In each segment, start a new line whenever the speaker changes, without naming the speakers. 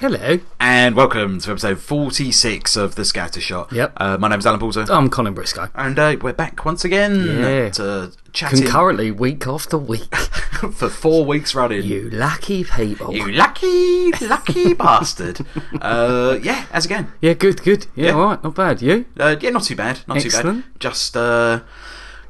Hello.
and welcome to episode 46 of The Scattershot.
Yep.
Uh, my name's Alan Poulter,
I'm Colin Briscoe.
and uh, we're back once again
Yeah.
to chatting
Concurrently, week after week.
for four weeks running.
You lucky people.
You lucky, lucky bastard. Uh, yeah, as again.
Yeah, good, good. Yeah,
Yeah.
all right, not bad. You?
Uh, yeah, not too bad. Not too bad.
Excellent.
Just uh,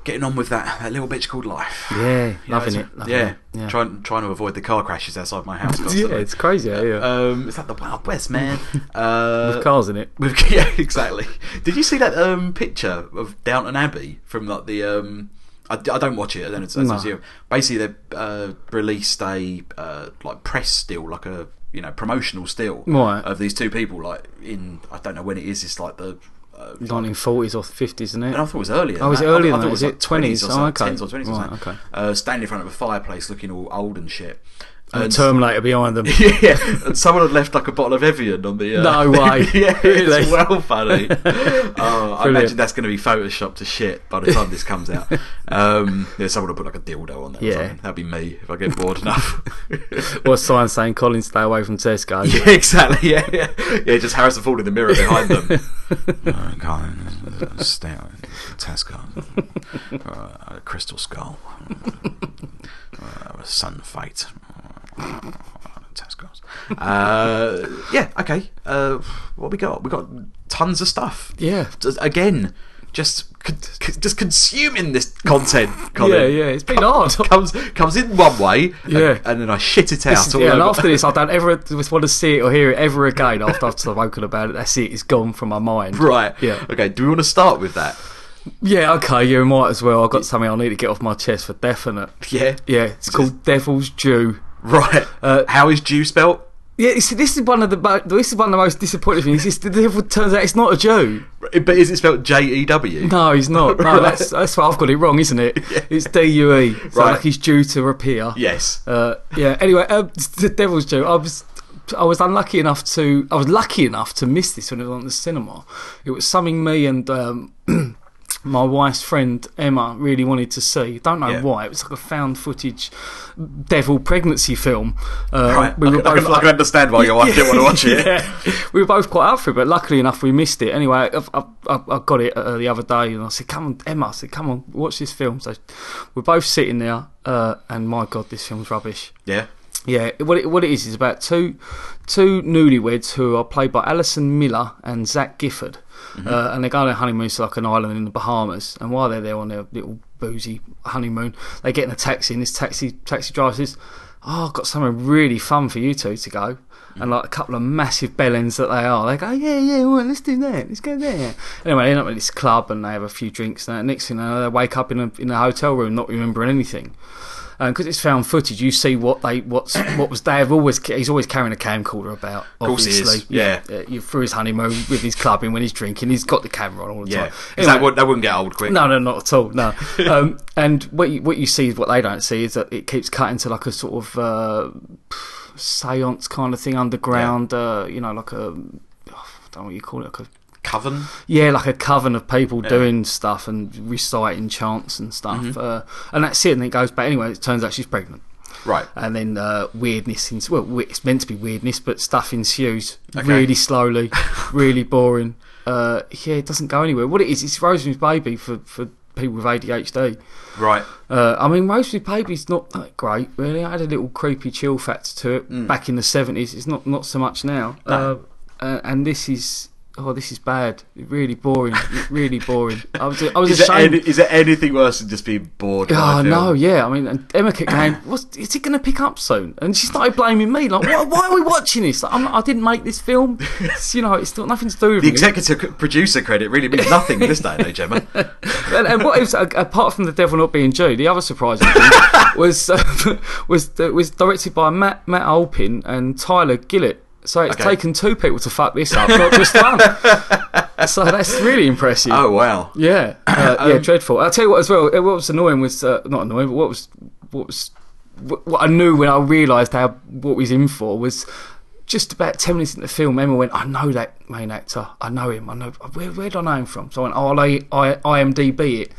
getting on with that, that little bitch called life.
Yeah,
You know,
loving
it's-
it. Loving
yeah,
it. yeah.
Trying, trying to avoid the car crashes outside my house
yeah,
constantly.
it's crazy. Yeah, yeah.
um, is that the Wild West, man? uh,
With cars in it.
With, yeah, exactly. Did you see that um, picture of Downton Abbey from like the? Um, I, I don't watch it. I don't know.
No.
you. Basically, they uh, released a uh, like press still, like a you know promotional still
Right.
of these two people, like in I don't know when it is. It's like the. Uh,
1940s or 50s, isn't
and I
it?
thought it was earlier.
Oh,
than
is it
that. I-
earlier
I, thought
than that?
it was
Is it
like 20s
20s?
or
Oh,
something,
okay.
10s or 20s or
Right,
something.
okay.
Uh, standing in front of a fireplace, looking all old and shit.
And
And-
a Terminator behind them.
yeah, and someone had left like a bottle of Evian on the. Uh,
No way.
yeah, it's
Really?
well funny. Oh, I
Brilliant.
imagine that's going to be photoshopped to shit by the time this comes out. Um, yeah, someone will put like a dildo on there.
Yeah.
or something. that'd be me if I get bored enough.
or a sign saying, Colin, stay away from Tesco.
yeah, exactly. Yeah, yeah, yeah. Just Harrison Ford in the mirror behind them. Oh, no, Colin, stay out. Tesco, uh, a crystal skull, uh, a sun fight. Tesco's. Uh, yeah, okay. Uh, what we got? We got tons of stuff.
Yeah.
Just- again, just con- con- just consuming this content. Colin.
Yeah, yeah, it's been hard.
Comes comes in one way, and-
Yeah.
and, then I shit it out. all
yeah, and
over.
after this, I don't ever want to see it or hear it ever again after I've spoken about it. That's it, it's gone from my mind.
Right.
Yeah.
Okay. Do we want to start with that?
Yeah, okay, you might as well. I've got something I need to get off my chest for definite.
Yeah.
Yeah, it's called Devil's Due.
Right.
Uh,
How is Jew spelt?
Yeah, you see, this is one of the mo- this is one of the most disappointing things. It's, the devil turns out it's not a Jew.
But is it spelled J E W?
No, he's not. No,
Right.
that's that's why I've got it wrong, isn't it? It's D U E. So
Right.
like he's due to appear.
Yes.
Uh, yeah. Anyway, um, the Devil's Due. I was I was unlucky enough to I was lucky enough to miss this when it was on the cinema. It was something me and um, my wife's friend Emma really wanted to see. Don't know
Yeah.
why. It was like a found footage devil pregnancy film. Uh,
right. I, can, I can- I can understand why your wife didn't want to watch it.
Yeah. We were both quite up for it, but luckily enough, we missed it. Anyway, I, I, I, I got it uh, the other day, and I said, "Come on, Emma," I said, "Come on, watch this film." So we're both sitting there, uh, and my God, this film's rubbish.
Yeah.
Yeah, what it, what it is is about two two newlyweds who are played by Alison Miller and Zach Gifford, uh, and they go on their honeymoon to like an island in the Bahamas. And while they're there on their little boozy honeymoon, they get in a taxi, and this taxi taxi driver says, "Oh, I've got something really fun for you two to go." And like a couple of massive bellends that they are, they go, yeah, yeah, all right, let's do that, let's go there. Anyway, they end up at this club and they have a few drinks. And that. next thing they know, they wake up in a in a hotel room, not remembering anything because it's found footage, you see what they what's what was they have always he's always carrying a camcorder about. Of
course he is, yeah.
uh, you- through his honeymoon with his clubbing when he's drinking, he's got the camera on all the
Yeah.
time.
'Cause
Anyway,
that, would, that wouldn't get old quick.
no, no, not at all. No, um, and what you, what you see is what they don't see is that it keeps cutting to like a sort of uh, seance kind of thing underground. Uh, you know, like a I don't know what you call it, like a
Coven.
yeah, like a coven of people
Yeah. Mm-hmm.
doing stuff and reciting chants and stuff. Uh, and that's it. And it goes back anyway. It turns out she's pregnant.
Right.
And then uh, weirdness. Ins- well, we- it's meant to be weirdness, but stuff ensues
Okay.
really slowly, really boring. Uh, yeah, it doesn't go anywhere. What it is, it's Rosemary's Baby for, for people with ADHD.
Right.
Uh, I mean, Rosemary's Baby's not that great, really. I had a little creepy chill factor to it back in the seventies. It's not not so much now.
Mm. No.
Uh, uh, and this is oh, this is bad. Really boring. really boring. I was I was
Is there,
ashamed.
any, is there anything worse than just being bored? by
Oh
a film?
no, yeah. I mean, and Emma kept going, "What's is it going to pick up soon?" And she started blaming me, like, "Why, why are we watching this? Like, I'm, I didn't make this film. It's, you know, it's not nothing to do with
The
me."
executive c- producer credit really means nothing in this day and age, Emma.
and, and what was, apart from the devil not being Jew, the other surprising thing was uh, was was directed by Matt Matt Alpin and Tyler Gillett. So it's
Okay.
taken two people to fuck this up, not just one. so that's really impressive.
Oh wow.
Yeah, uh, yeah, dreadful. I'll tell you what as well. uh, What was annoying was uh, not annoying, but what was what was what what I knew when I realised how what we was in for was just about 10 minutes into the film, Emma went, I know that main actor. I know him. I know. Where, where do I know him from? So I went, oh, I'll I, I, IMDb it.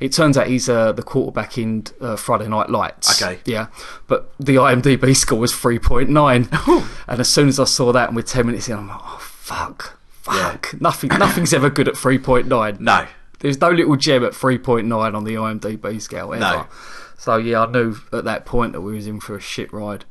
It turns out he's uh, the quarterback in uh, Friday Night Lights.
Okay.
Yeah. But the IMDb score was 3.9. and as soon as I saw that and we're 10 minutes in, I'm like, oh, fuck. Fuck. Nothing, nothing's ever good at 3.9.
No.
There's no little gem at 3.9 on the IMDb scale ever.
No.
So yeah, I knew at that point that we was in for a shit ride.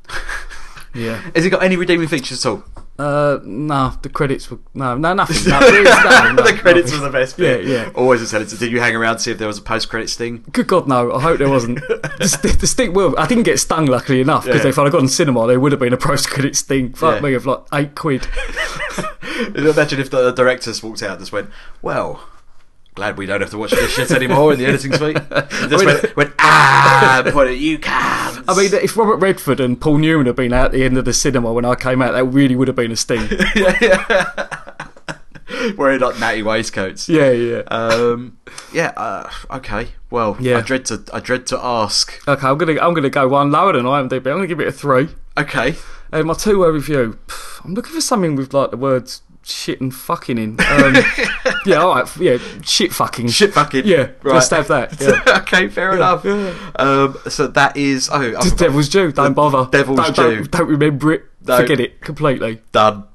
yeah.
Has it got any redeeming features at all?
Uh, no, the credits were no, no, nothing. No, there is no, no,
the credits
nothing.
were the best bit.
Yeah, yeah.
Always a sense. Did you hang around to see if there was a post credits thing?
Good God, no! I hope there wasn't. the, st- the stink. Well, I didn't get stung, luckily enough, because
Yeah.
if I'd have gone to cinema, there would have been a post credit sting. Fuck
Yeah.
me, of like eight quid.
Imagine if the director just walked out and just went, well, glad we don't have to watch this shit anymore in the editing suite. And Just
mean-
went, went, ah, put it, you can't.
I mean, if Robert Redford and Paul Newman had been out at the end of the cinema when I came out, that really would have been a sting.
wearing like natty waistcoats.
yeah, yeah.
Um, yeah. Uh, okay. Well,
Yeah.
I dread to. I dread to ask.
Okay, I'm gonna I'm gonna go one lower than IMDb. I'm gonna give it a three.
Okay.
Uh, my two word review. Pff, I'm looking for something with like the words shit and fucking in. Um, yeah, all right. f- Yeah, shit fucking.
Shit bucket.
Yeah,
Right.
let's have that. Yeah.
okay. Fair enough. Um, so that is. Oh, I
Just
forgot.
Devil's due. Don't bother.
Devil's
don't,
due.
Don't, don't remember it.
No.
Forget it completely.
done.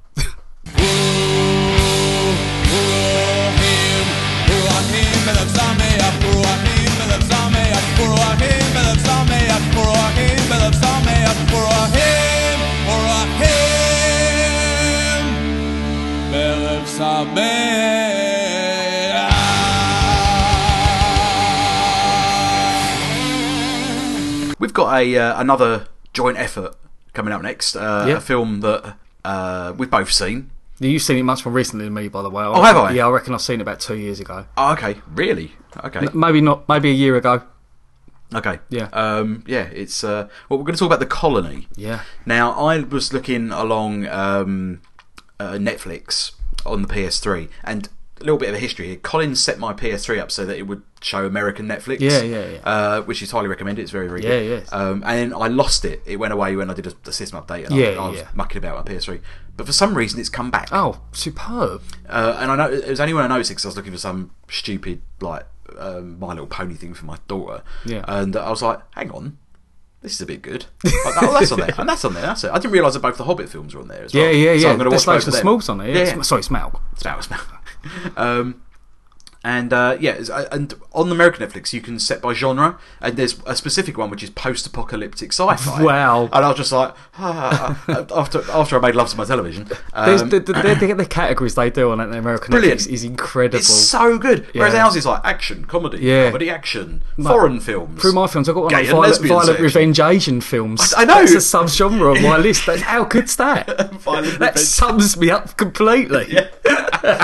We've got a uh, another joint effort coming up next. Uh,
Yeah.
A film that uh, we've both seen.
You've seen it much more recently than me, by the way.
Oh, have I?
Yeah, I reckon I've seen it about two years ago.
Oh, okay. Really? Okay.
Maybe not. Maybe a year ago.
Okay.
Yeah.
Um, yeah. It's uh, well, we're going to talk about the colony.
Yeah.
Now, I was looking along um, uh, Netflix on the PS3, and a little bit of a history here. Colin set my PS3 up so that it would show American Netflix.
Yeah, yeah, yeah.
Uh, which is highly recommended. It's very, very
Yeah,
good.
yes.
Um, and then I lost it. It went away when I did a, the system update. And I,
Yeah,
I was
yeah.
mucking about my PS3. But for some reason, it's come back.
Oh, superb.
Uh, and I know it was only when I noticed because I was looking for some stupid like um, My Little Pony thing for my daughter.
Yeah.
And I was like, hang on, this is a bit good. Like, oh, that's on there, and that's on there. That's it. I didn't realise that both the Hobbit films were on there as
Yeah,
well.
yeah, yeah.
Oh, So I'm going to watch
There's
both
loads
of
of
them.
smalls on it. Yeah.
Yeah, yeah.
Sm- Sorry, Smaug.
Smell, smell. um, and uh, yeah, it's- uh, and on American Netflix you can set by genre, and there's a specific one which is post-apocalyptic sci-fi.
Wow.
And I was just like, ah, after after I made love to my television.
There's
um,
the, the, the, the categories they do on the American
Brilliant.
Netflix is incredible.
It's so good. Whereas
Yeah.
ours is like action, comedy,
Yeah.
comedy, action, foreign films.
Through my films, I've got one
Gay
like
and
violent,
lesbian
violent
section.
revenge Asian films.
I know.
That's a subgenre on my list. That's, how good's that?
Violent
that
revenge.
sums me up completely.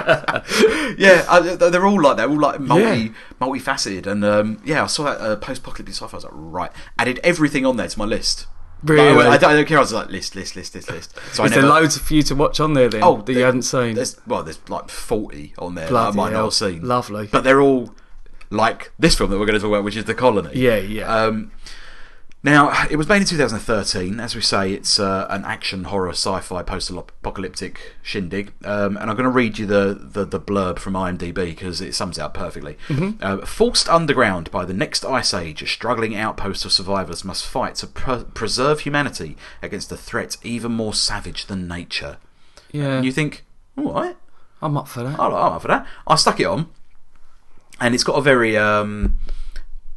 yeah, I, th- they're all like that. All like multi,
Yeah.
multifaceted, and um, yeah, I saw that uh, post-apocalyptic sci-fi. I was like, right, added everything on there to my list. Like, I,
Really?
went- I don't, I don't care. I was like, list, list, list, list, list. So
Is
I
there
never,
loads for you to watch on there then
Oh,
that you
there-
haven't seen?
There's well, there's like forty on there
Bloody
that I might
hell.
not have seen.
Lovely.
but they're all like this film that we're going to talk about, which is The Colony.
Yeah, yeah.
Um, now, it was made in 2013. As we say, it's uh, an action horror sci-fi post-apocalyptic shindig. Um, and I'm going to read you the, the, the blurb from IMDb because it sums it up perfectly.
Mm-hmm.
Uh, forced underground by the next ice age, a struggling outpost of survivors must fight to pre- preserve humanity against a threat even more savage than nature.
yeah,
And you think, all right,
I'm up for that.
I like, I'm up for that. I stuck it on, and it's got a very um,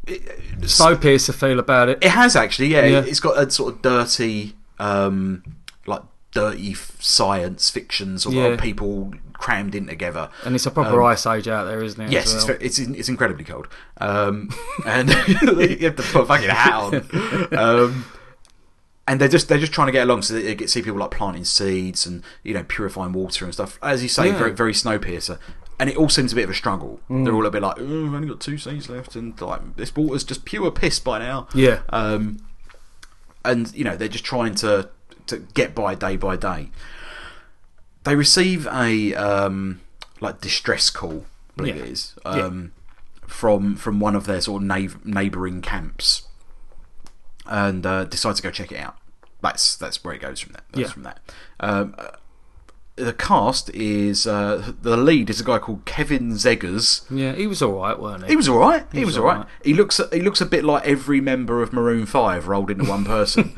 Snowpiercer feel about it.
It has actually, yeah.
Yeah.
It's got a sort of dirty, um, like dirty f- science fictions or
Yeah.
people crammed in together.
and it's a proper ice age out there, isn't it?
Um, Yes,
as
it's
well?
ve- it's, it's it's incredibly cold, um, and you have to put a fucking hat on. Um, and they're just they're just trying to get along, so they get see people like planting seeds and you know purifying water and stuff. As you say,
Yeah. Mm.
very very snowpiercer. And it all seems a bit of a struggle. They're all a bit like, oh, I've only got two seeds left, and like this water's just pure piss by now.
Yeah.
Um, and you know they're just trying to to get by day by day. They receive a um, like distress call, I believe it
Yeah.
is, um, from from one of their sort of neigh- neighbouring camps, and uh, decide to go check it out. That's that's where it goes from that. That's
Yeah.
from that. Um, uh, the cast is uh, the lead is a guy called Kevin Zegers.
Yeah, he was all right, weren't he?
He was all right. He,
He's
was all
all
right.
right.
He looks he looks a bit like every member of Maroon Five rolled into one person.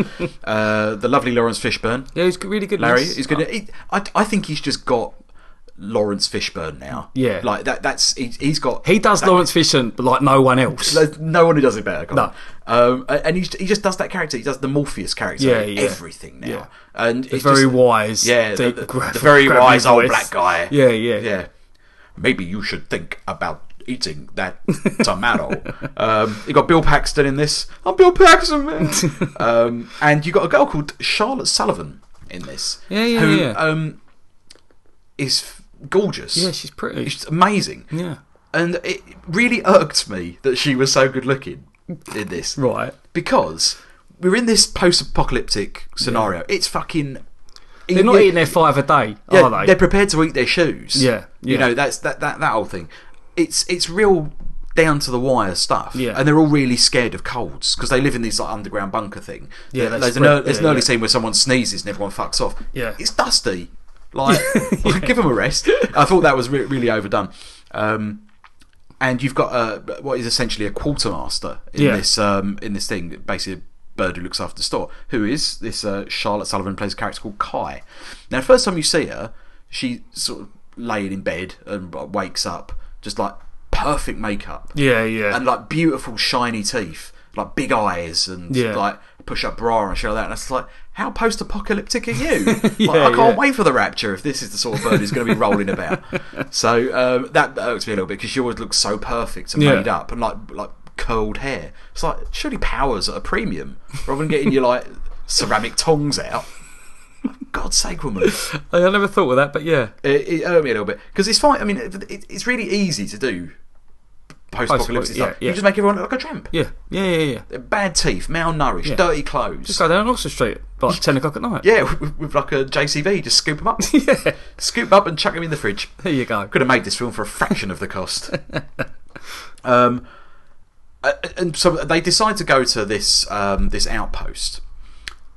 uh, the lovely Lawrence Fishburne.
yeah, Uh, he was g- really good. in
Larry
this.
is going to. I, I think he's just got Lawrence Fishburne now.
Yeah.
like that. That's he, he's got.
He does Lawrence Fishburne, but like no one else.
There's no one who does it better. Colin.
No.
um, and he, he just does that character. He does the Morpheus character.
Yeah, yeah.
everything now.
Yeah.
And
the
it's
very
just-
wise,
Yeah, the,
deep,
the-
gra-
the very
gravelly
wise old
voice.
black guy.
Yeah, yeah,
yeah. Maybe you should think about eating that tomato. um, you got Bill Paxton in this. I'm Bill Paxton, man. um, and you got a girl called Charlotte Sullivan in this.
Yeah, yeah,
who,
yeah.
Um, is f- gorgeous.
Yeah, she's pretty.
She's amazing.
Yeah,
And it really irked me that she was so good looking in this.
right.
Because we're in this post apocalyptic scenario. It's fucking.
They're not eating their five a day,
Yeah,
are
they're
they?
prepared to eat their shoes.
Yeah,
you
yeah.
know that's that that that whole thing. It's it's real down to the wire stuff.
Yeah.
and they're all really scared of colds because they live in these like underground bunker thing.
Yeah,
There-
that's
there's an,
right.
ear- there's an
Yeah,
early
yeah.
scene where someone sneezes and everyone fucks off.
Yeah.
it's dusty. Like, give them a rest. I thought that was re- really overdone. Um, and you've got uh, what is essentially a quartermaster in
Yeah.
this um, in this thing, basically a bird who looks after the store, who is this uh, Charlotte Sullivan plays a character called Kai. Now, the first time you see her, she sort of laying in bed and uh, wakes up just like perfect makeup
Yeah, yeah.
and like beautiful shiny teeth, like big eyes and
Yeah.
like push up bra and shit like that. And it's like, how post apocalyptic are you? like,
Yeah,
I can't
yeah.
wait for the rapture if this is the sort of bird who's going to be rolling about. So um, that irks me a little bit because she always looks so perfect and
Yeah.
made up and like like curled hair. It's like surely powers at a premium rather than getting your like ceramic tongs out. God's sake, woman
Oh, I I never thought of that, but yeah,
it, it hurt me a little bit because it's fine. I mean, it, it, it's really easy to do post-apocalyptic
yeah,
stuff.
yeah.
You just make everyone look like a tramp.
yeah, yeah, yeah, yeah.
Bad teeth, malnourished,
Yeah.
dirty clothes.
Just go down Oxford Street at like ten o'clock at night.
yeah, with, with like a JCV, just scoop them up,
yeah.
scoop up and chuck them in the fridge.
There you go.
Could have made this film for a fraction of the cost. um, uh, and so they decide to go to this um, this outpost.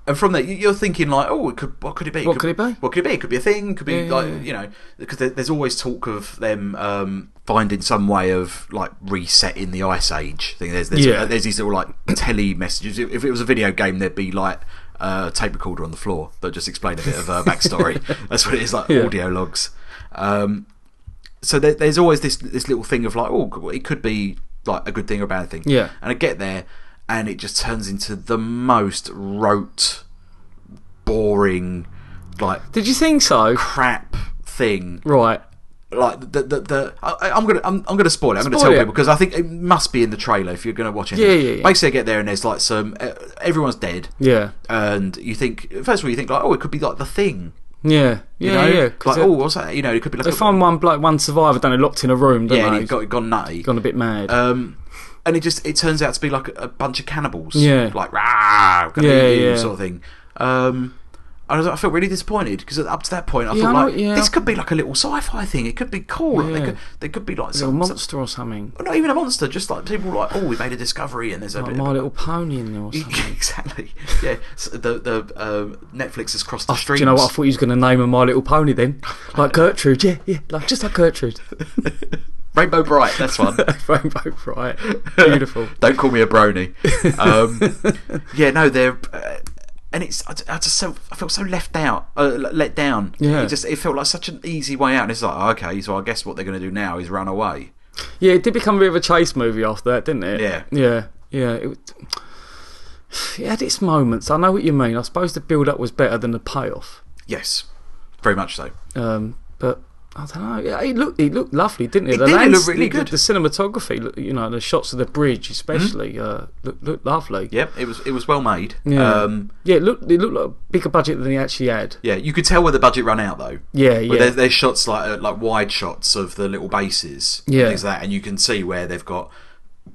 And from there, you- you're thinking like, oh, it could, what could it be?
What could it be?
What could it be? It could be a thing. Could be
Yeah, yeah,
like
yeah.
you know, because there, there's always talk of them um, finding some way of like resetting the ice age thing. There's there's,
Yeah.
there's these little like tele messages. If if it was a video game, there'd be like a tape recorder on the floor that just explained a bit of uh, backstory. That's what it is, like
Yeah.
audio logs. Um, so there, there's always this this little thing of like, oh, it could be like a good thing or a bad thing.
Yeah.
And I get there, and it just turns into the most rote, boring, like
Did you think so?
crap thing.
Right.
Like the the, the I, I'm gonna I'm, I'm gonna spoil it. I'm gonna tell
Spoil it.
people because I think it must be in the trailer if you're gonna watch it.
Yeah, yeah, yeah.
Basically, I get there and there's like some uh, everyone's dead,
Yeah.
and you think first of all you think like, oh, it could be like the thing.
Yeah.
You
Yeah.
know?
yeah.
Like,
'Cause
oh, what's that? You know, it could be like
they
a-
find one like one survivor, don't they? Locked in a room, don't
yeah, and
they?
it got gone nutty.
gone a bit mad.
Um, and it just it turns out to be like a, a bunch of cannibals.
Yeah.
Like rah, gonna
Yeah,
eat you,"
yeah.
sort of thing. Um, I, was, I felt really disappointed because up to that point I
Yeah,
thought
I know-
like
yeah.
this could be like a little sci-fi thing. It could be cool. Like,
Yeah.
They, could, they could be like
a little
some, some
monster or something.
not even a monster, just like people like oh we made a discovery and there's a
Like
bit
My Little Pony in there or something.
exactly yeah so the the um, Netflix has crossed the
Oh, Do
streams.
you know what? I thought he was going to name her My Little Pony then. Like Gertrude, yeah, yeah. Like, just like Gertrude.
Rainbow Bright, that's one.
Rainbow Bright. Beautiful.
Don't call me a brony. Um, yeah, no, they're. Uh, and it's I, I just so I felt so left out, uh, l- let down.
Yeah.
it just it felt like such an easy way out. And it's like oh, okay, so I guess what they're going to do now is run away.
Yeah, it did become a bit of a chase movie after that, didn't it?
Yeah.
Yeah, yeah. It, was- it had its moments. I know what you mean. I suppose the build up was better than the payoff.
Yes, very much so.
Um, but I don't know. Yeah, it looked it looked lovely, didn't it?
It did, it looked really
the-
good.
The cinematography, look- you know, the shots of the bridge, especially, uh, looked, looked lovely.
Mm-hmm. Yep, it was it was well made.
Yeah.
Um,
Yeah, it looked it looked like a bigger budget than they actually had.
yeah, you could tell where the budget ran out though.
Yeah,
But
yeah,
there's, there's shots like uh, like wide shots of the little bases, and
Yeah.
things like that, and you can see where they've got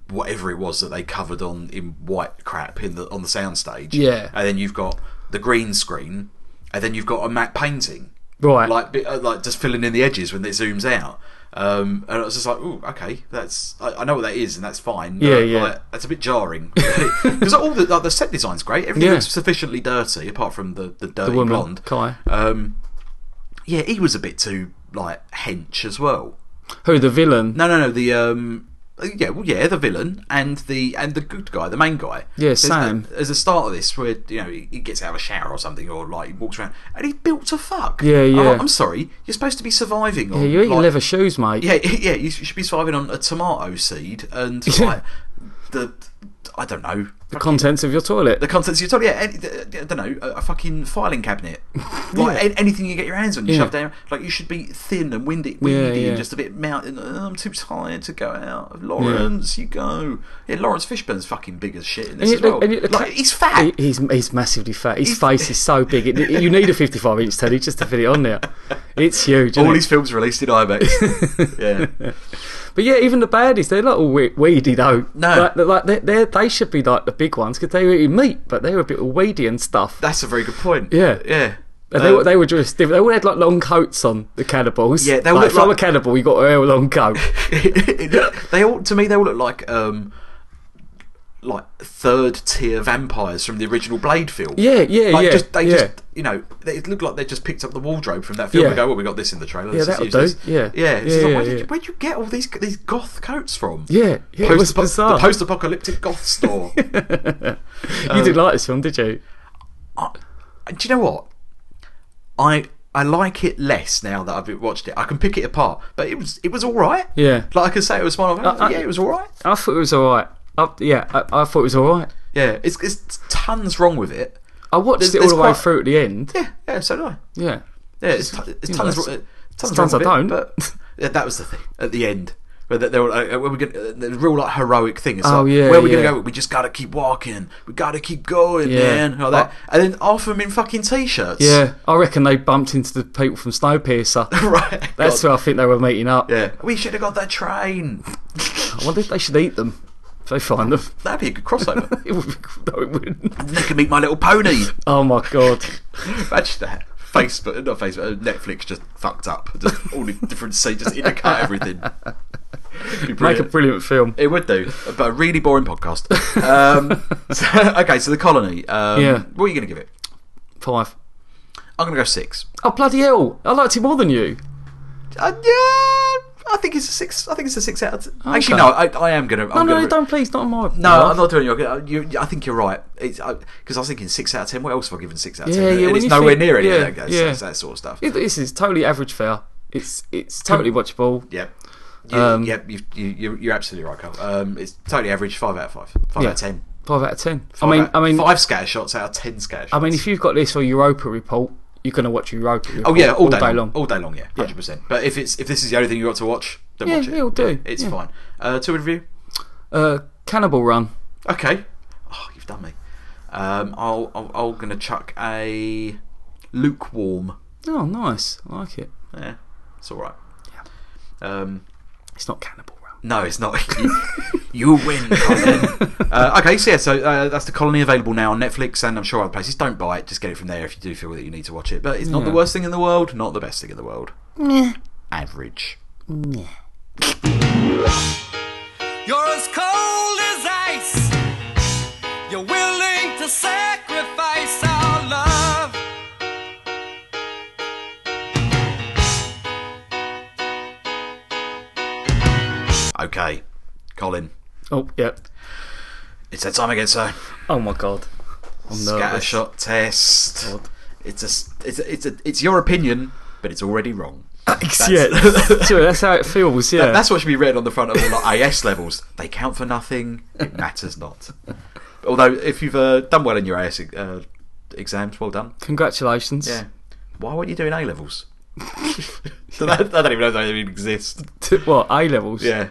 whatever it was that they covered on in white crap in the on the soundstage.
Yeah.
and then you've got the green screen, and then you've got a matte painting
Right.
like bit, uh, like just filling in the edges when it zooms out. Um, and I was just like, "Ooh, okay, that's I, I know what that is, and that's fine."
Yeah,
but,
yeah.
Like, that's a bit jarring because all the like, the set design's great. Everything
Yeah.
looks sufficiently dirty, apart from the the dirty
the woman,
blonde.
Kai.
Um, yeah, he was a bit too like hench as well.
Who the villain?
No, no, no. The um, uh, yeah, well, yeah, the villain and the and the good guy, the main guy.
Yeah,
there's
Sam.
A, there's a start of this where you know he, he gets out of a shower or something, or like he walks around and he's built to fuck.
Yeah,
I'm like,
yeah.
I'm sorry, you're supposed to be surviving. On,
Yeah, you're eating
like-
leather shoes, mate.
Yeah, yeah, you should be surviving on a tomato seed and
Yeah.
like the I don't know
The contents of your toilet.
the contents of your toilet. Yeah, any, I don't know, a, a fucking filing cabinet, like an- anything you get your hands on, you
Yeah.
shove down. Like you should be thin and windy, weedy
yeah.
and just a bit mountain. Oh, I'm too tired to go out. Lawrence, you go. Yeah, Lawrence Fishburne's fucking big as shit in this
And
as
you-
well.
and you-
like he's fat.
He- he's he's massively fat. His
He's-
face is so big. It, you need a 55 inch telly just to fit it on there. It's huge.
all
isn't it?
his films released in IMAX. yeah,
But yeah, even the baddies, they're not all we- weedy though.
No.
like, they're- like they they they should be like the big ones because they were eating meat, but they were a bit all weedy and stuff.
that's a very good point.
Yeah.
yeah.
and they, were
Um,
they were dressed different. They all had like long coats on the cannibals.
Yeah, they all
like,
look
from
like-
a cannibal, you got to wear a long coat.
they all to me they all look like um like third tier vampires from the original Blade film.
Yeah, yeah,
like
yeah,
Just, they
yeah.
just you know they it looked like they just picked up the wardrobe from that film
Yeah.
and go, well, we got this in the trailer.
Yeah,
let's just
that'll
use
do,
this."
yeah.
yeah. It's just
Yeah,
like,
yeah,
where, did
yeah.
you, where'd you get all these these goth coats from?
Yeah, yeah, it was
Post-apo-
bizarre.
The post-apocalyptic goth store.
you
uh,
did like this film, did you?
I, do you know what? I I like it less now that I've watched it. I can pick it apart, but it was it was all right.
Yeah. Uh,
like I can say it was one of
I-
yeah, it was all right.
I thought it was all right. I, yeah, I, I thought it was all right.
Yeah, it's, it's tons wrong with it.
I watched
There's-
it all
there's
the way
quite-
through at the end.
Yeah, yeah, so do I.
Yeah,
Yeah, it's, t- it's
You know,
tons,
that's-
wrong- uh, tons,
tons
wrong with
I
it,
don't.
but yeah, that was the thing at the end. Where they, they were like, uh, where we gonna, uh, the real like heroic thing. It's
Oh,
like,
yeah,
where we
yeah.
gonna go? We just gotta keep walking. We gotta keep going,
Yeah. Oh.
man. and All that, and then half of them in fucking t-shirts.
yeah. I reckon they bumped into the people from Snowpiercer.
right.
That's
God.
where I think they were meeting up.
Yeah, we should have got that train.
I wonder if they should eat them. If they find them,
That'd be a good crossover.
it would be, no, it wouldn't.
they can meet my little pony.
Oh my god.
Imagine that. Facebook, not Facebook, uh, Netflix just fucked up. Just all the different scenes, just intercut everything. Be
Make a
brilliant.
brilliant film.
It would do, but a really boring podcast. Um, so- okay, so the colony. Um,
Yeah.
What are you going to give it?
Five.
I'm going to go six.
Oh bloody hell! I liked it more than you.
Uh, yeah, I think it's a six. I think it's a six out. Of t- Actually,
Okay.
no, I, I am going to.
No, no, don't please. Not on my.
No, I'm not doing your. uh, You, I think you're right. Because I, 'cause I was thinking six out of ten. What else have I given six out of
Yeah,
ten?
yeah,
and
when
it's
you
nowhere
think-
near any
yeah,
of that,
yeah.
that sort of stuff.
It- this is totally average fare. It's it's totally watchable.
Yep. You,
Um,
yep, you, you, you're, you're absolutely right, Carl. Um, it's totally average, five out of five, five
Yeah.
out of ten.
Five out of ten.
Five
I mean,
out-
I mean,
five scatter shots out of ten scatter shots.
I mean, if you've got this or Europa Report, you're gonna watch Europa. Report
Oh yeah, all, day, long.
long.
all day long. Yeah, hundred percent. But if it's if this is the only thing you got to watch, then
Yeah,
watch it.
it'll do,
Yeah, it's
yeah.
fine. Uh, two review.
Uh, Cannibal Run.
Okay. Oh, you've done me. Um, I'll, I'll I'll gonna chuck a lukewarm.
Oh, nice. I like it.
Yeah, it's all right. Um,
It's not Cannibal Run.
no, it's not. you win. Colin. uh, okay, so yeah, so uh, that's the colony available now on Netflix and I'm sure other places. Don't buy it. Just get it from there if you do feel that you need to watch it. But it's not the
Yeah.
worst thing in the world. Not the best thing in the world. Average.
You're as cold as ice. You're willing to sacrifice our love.
Okay, Colin.
Oh yeah.
It's that time again, sir.
Oh my god. I'm nervous.
Scattershot test.
God.
It's a, s- it's a, it's a, it's your opinion, but it's already wrong.
Yeah, that's, sure, that's how it feels. Yeah,
That's what should be read on the front of all our AS levels. They count for nothing. It matters not. Although, if you've uh, done well in your AS uh, exams, well done.
congratulations.
Yeah. Why weren't you doing A levels? so that, I don't even know that even exist.
What A levels?
Yeah.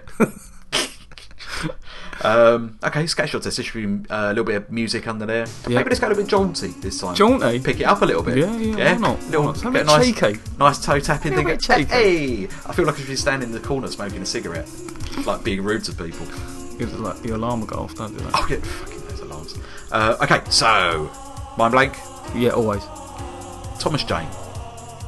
um, okay, Scattershot test. There should be uh, a little bit of music under there. Maybe let's go a little bit jaunty this time.
Jaunty?
Pick it up a little bit.
Yeah, yeah, why not? Why
Little,
not? Something
get a nice,
cheeky.
nice toe tapping
Little
thing.
bit cheeky.
Hey! I feel like I should be standing in the corner smoking a cigarette, like being rude to people.
It was like the alarm will go off, don't do that.
Oh yeah, fucking those alarms. Uh, okay, so mind blank.
Yeah, always.
Thomas Jane.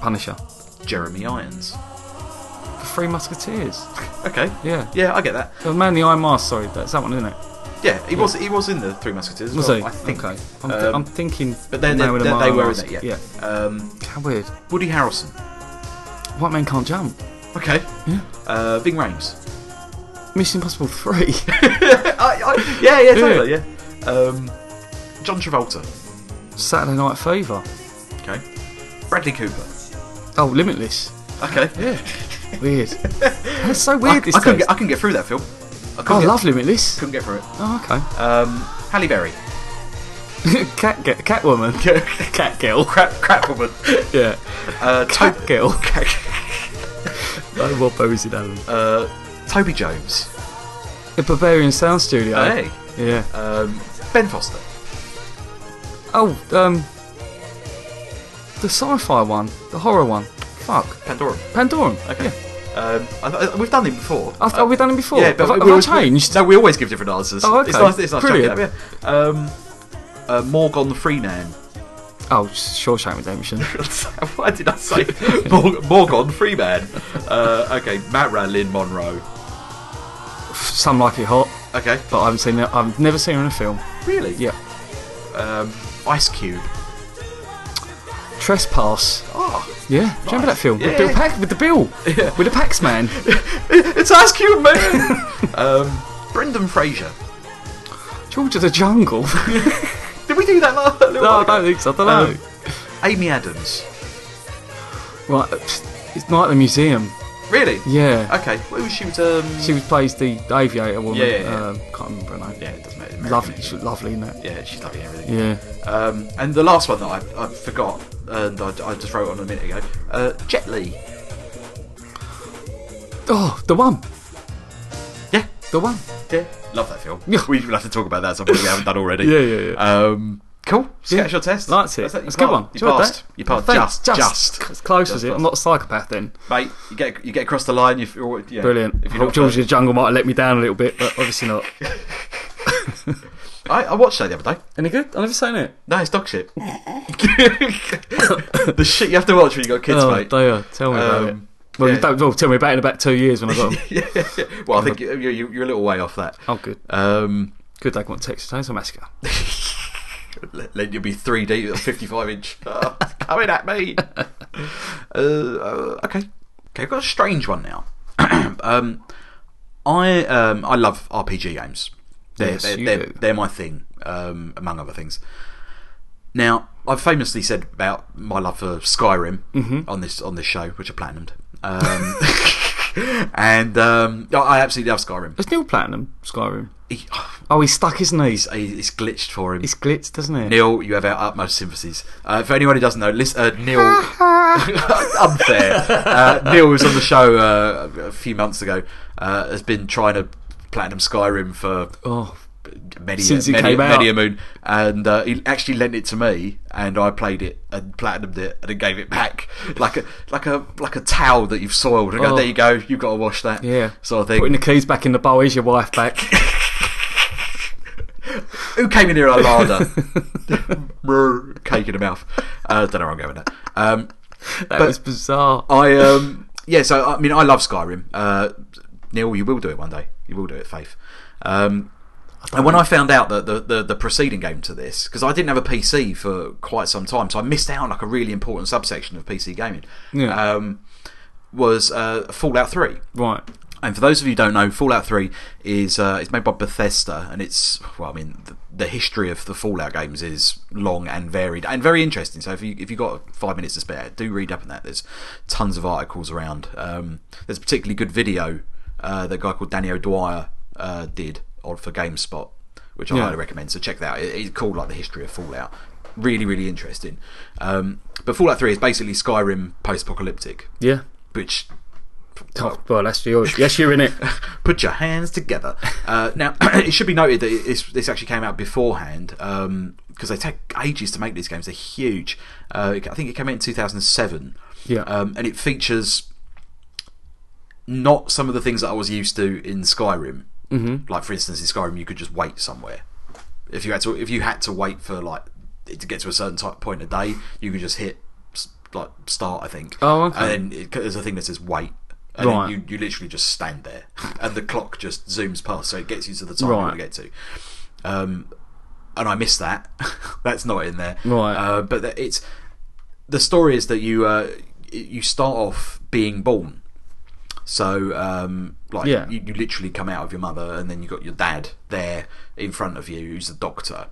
Punisher?
Jeremy Irons.
The Three Musketeers.
Okay.
Yeah.
Yeah, I get that.
The man in the Iron Mask, sorry, that's that one, isn't it?
Yeah, he was he was in the Three Musketeers. As
Was
well,
he?
I think.
Okay. I'm,
Um,
I'm thinking.
but then
Man
they,
with
they,
a
they
Iron
were in
Mask.
it. Yeah. Um,
How weird.
Woody Harrelson.
White Man Can't Jump.
Okay. Yeah. Uh, Ving Rhames.
Mission Impossible 3.
I, I, yeah, yeah, totally. Yeah. Um, John Travolta.
Saturday Night Fever.
Okay. Bradley Cooper.
Oh, Limitless.
Okay.
Yeah. Weird. That's so
I,
weird this
I couldn't
days.
get, I couldn't get through that film. I couldn't
Oh, I
get,
love Limitless.
Couldn't get through it.
Oh, okay.
Um, Halle Berry.
Cat, get, Catwoman. Cat girl.
Crap, crap woman.
Yeah.
Uh,
Cat
Toby,
girl. No more Bosie Allen.
uh, Toby Jones.
The Barbarian Sound Studio.
Hey.
Yeah.
Um, ben Foster.
Oh, um, the sci-fi one, the horror one. Fuck,
Pandora.
Pandorum.
Okay. Um, I, th- we've done them before.
Have, have we done it before?
Yeah, but
have, I-
we
have
always-
I changed?
No, we always give different answers.
Oh, okay.
It's nice, it's nice
Brilliant.
Checking it out, yeah. Um, uh, Morgan Freeman.
Oh, Shawshank Redemption.
Why did I say Mor- Morgan Freeman? Uh, okay, Matt Radlin Monroe.
Some like it hot,
Okay,
but I haven't seen it. I've never seen her in a film.
really?
Yeah.
Um, Ice Cube.
Trespass.
Oh,
Yeah. Do you remember that film
Yeah.
with Bill Pac- with the Bill with the Pax Man?
it's Ice Cube, man. um, Brendan Fraser.
George of the Jungle. no,
Did we do that last? No,
I don't think so. I don't know.
Amy Adams.
Um, right, psst, it's Night at the Museum.
Really?
Yeah.
Okay. What was she? Was, um,
She was plays the aviator woman.
Yeah, yeah, yeah.
Um, can't remember her name.
yeah, it doesn't matter. American,
lovely,
isn't
she's
it?
lovely, isn't it?
Yeah, she's lovely and everything.
Yeah.
Um, and the last one that I, I forgot, and I, I just wrote on a minute ago, uh, Jet Li.
Oh, the one.
Yeah,
The one.
yeah, love that film.
Yeah.
We will have to talk about that at some point we haven't done already.
Yeah, yeah, yeah.
Um, cool.
Yeah.
Sketch your test.
That's it. That's,
it. You
a good
passed.
one.
You
Enjoyed
passed.
that.
You passed.
Thanks.
Just, just,
As close
Just,
as it.
just.
I'm not a psychopath then.
mate. You get you get across the line. If you're, yeah.
Brilliant.
If you're
I thought
not
George of the Jungle might have let me down a little bit, but obviously not.
I, I watched that the other day.
Any good? I've never seen it.
No, it's dog shit. the shit you have to watch when you got kids,
oh,
mate.
dear. Tell me about
Um,
it. Well,
yeah.
you don't, well, tell me about it in about two years when I've got 'em.
well, I think you, you, you're a little way off that.
Oh, good.
Um,
Good, they want Texas Chainsaw Massacre.
Let, let you be 3D, or 55 inch. Ah, coming at me. Uh, uh, okay. Okay, I've got a strange one now. um, I um, I love RPG games. They're,
Yes,
they're,
you
they're,
do.
they're my thing, um, among other things. Now, I've famously said about my love for Skyrim
Mm-hmm.
on this on this show, which I platinumed. Um, and um, I- I absolutely love Skyrim.
It's Neil Platinum, Skyrim.
He-
Oh, he's stuck, isn't he? He's,
it's glitched for him.
he's glitched, doesn't he?
Neil, you have our utmost sympathies. Uh, for anyone who doesn't know, listen, uh, Neil. unfair. Uh, Neil was on the show uh, a few months ago, uh, has been trying to platinum Skyrim for
Oh,
many,
Since it
many,
came out.
many a moon. And uh, he actually lent it to me, and I played it and platinumed it, and then gave it back like a like a like a towel that you've soiled. And I go,
Oh.
there you go, you've got to wash that.
yeah.
sort of thing.
Putting the keys back in the bowl, here's your wife back.
Who came in here a larder? Brr, Cake in the mouth. Uh, don't know where I'm going with that. Um,
That was bizarre.
I um yeah, so I mean I love Skyrim. Uh, Neil, you will do it one day. You will do it, Faith. Um, and when I found out that the, the, the preceding game to this, because I didn't have a PC for quite some time, so I missed out on like a really important subsection of PC gaming.
Yeah.
Um, was uh, Fallout Three.
Right.
And for those of you who don't know, Fallout 3 is uh, it's made by Bethesda, and it's well, I mean, the, the history of the Fallout games is long and varied and very interesting. So if you if you've got five minutes to spare, do read up on that. There's tons of articles around. Um, there's a particularly good video uh, that a guy called Danny O'Dwyer uh, did on for GameSpot, which I
Yeah.
highly recommend. So check that out. It, it's called like the history of Fallout. Really, really interesting. Um, but Fallout 3 is basically Skyrim post-apocalyptic,
Yeah.
which
Oh, well, that's yours. Yes, you're in it.
put your hands together. Uh, now, it should be noted that it's, this actually came out beforehand because they take ages to make these games. They're huge. Uh, I think it came out in 2007.
Yeah.
Um, and it features not some of the things that I was used to in Skyrim. Mm-hmm. Like, for instance, in Skyrim, you could just wait somewhere. If you had to, if you had to wait for like it to get to a certain type point of day, you could just hit s- like start, I think.
Oh, okay.
And then it, there's a thing that says wait. And
Right.
You, you literally just stand there, and the clock just zooms past, so it gets you to the time you
Right.
want to get to. Um, and I missed that. That's not in there.
Right.
Uh, but that- it's the story is that you uh, you start off being born. So um, like
Yeah.
you, you literally come out of your mother, and then you got your dad there in front of you, who's the doctor,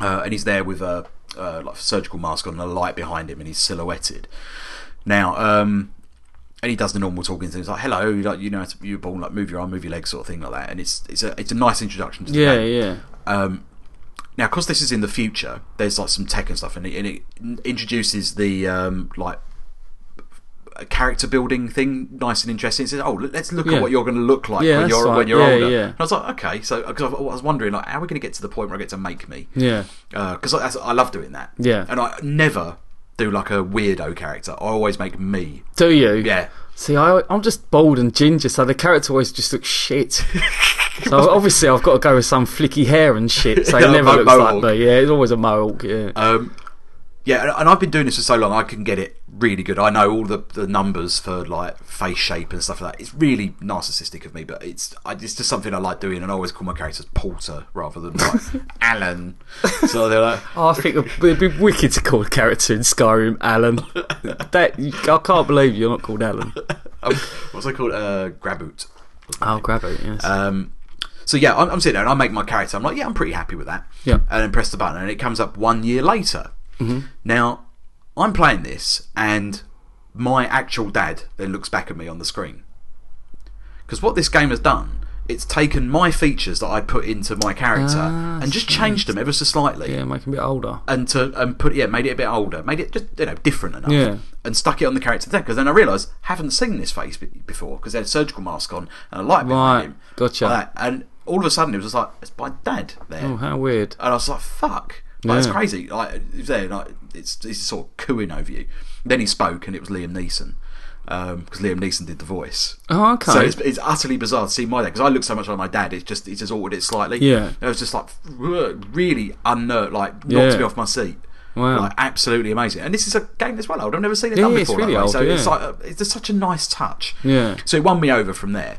uh, and he's there with a uh, like surgical mask on and a light behind him, and he's silhouetted. Now, um, and he does the normal talking things like "hello," like you know, it's- you were born, like move your arm, move your leg, sort of thing like that. And it's it's a it's a nice introduction to the
Yeah,
game.
yeah.
Um, now, because this is in the future, there's like some tech and stuff, and it, and it n- introduces the um, like a character building thing, nice and interesting. It says, "Oh, let- let's look
Yeah.
at what you're going to look like
Yeah,
when
that's
you're
right.
when you're
Yeah,
older."
yeah.
And I was like, "Okay," so because I was wondering, like, how are we going to get to the point where I get to make me?
Yeah.
because that's I love doing that.
Yeah.
and I never do like a weirdo character. I always make me.
Do you?
Yeah.
See, I, I'm just bald and ginger, so the character always just looks shit. so obviously, I've got to go with some flicky hair and shit. So
Yeah,
it never
mo-
looks
mohawk.
like me. Yeah, it's always a mohawk. Yeah.
Um, yeah, and- and I've been doing this for so long, I can get it really good. I know all the, the numbers for like face shape and stuff like that. It's really narcissistic of me, but it's I, it's just something I like doing, and I always call my characters Porter rather than like Alan. So they're like,
Oh, I think it'd be- it'd be wicked to call a character in Skyrim Alan. that I can't believe you're not called Alan.
um, what's I called? Uh, Graboot.
I'll grab it. Yes.
Um, so yeah, I'm, I'm sitting there and I make my character. I'm like, yeah, I'm pretty happy with that.
Yeah. Mm-hmm.
And then press the button, and it comes up one year later. Now, I'm playing this, and my actual dad then looks back at me on the screen. Because what this game has done, it's taken my features that I put into my character
Ah,
and just changed them ever so slightly
yeah, make him a bit older.
and to and put yeah made it a bit older, made it just you know different enough,
Yeah.
and stuck it on the character there because then I realised haven't seen this face be- before because they had a surgical mask on and a light behind
Right,
him,
gotcha.
Like that. and all of a sudden it was just like it's my dad there,
Oh, how weird.
and I was like fuck, like, it's
Yeah.
crazy, like it's there, like it's it's sort of cooing over you. Then he spoke and it was Liam Neeson. Because Liam Neeson did the voice,
Oh, okay.
so it's, it's utterly bizarre to see my dad because I look so much like my dad. It's just it's just altered it slightly.
Yeah.
it was just like really unnerved, like knocked
Yeah.
me off my seat.
Wow.
Like, absolutely amazing. And this is a game that's well old. I've never seen it done
Yeah, it's
before. that
really
way.
old,
so it's
yeah.
like a, it's just such a nice touch.
Yeah.
So it won me over from there.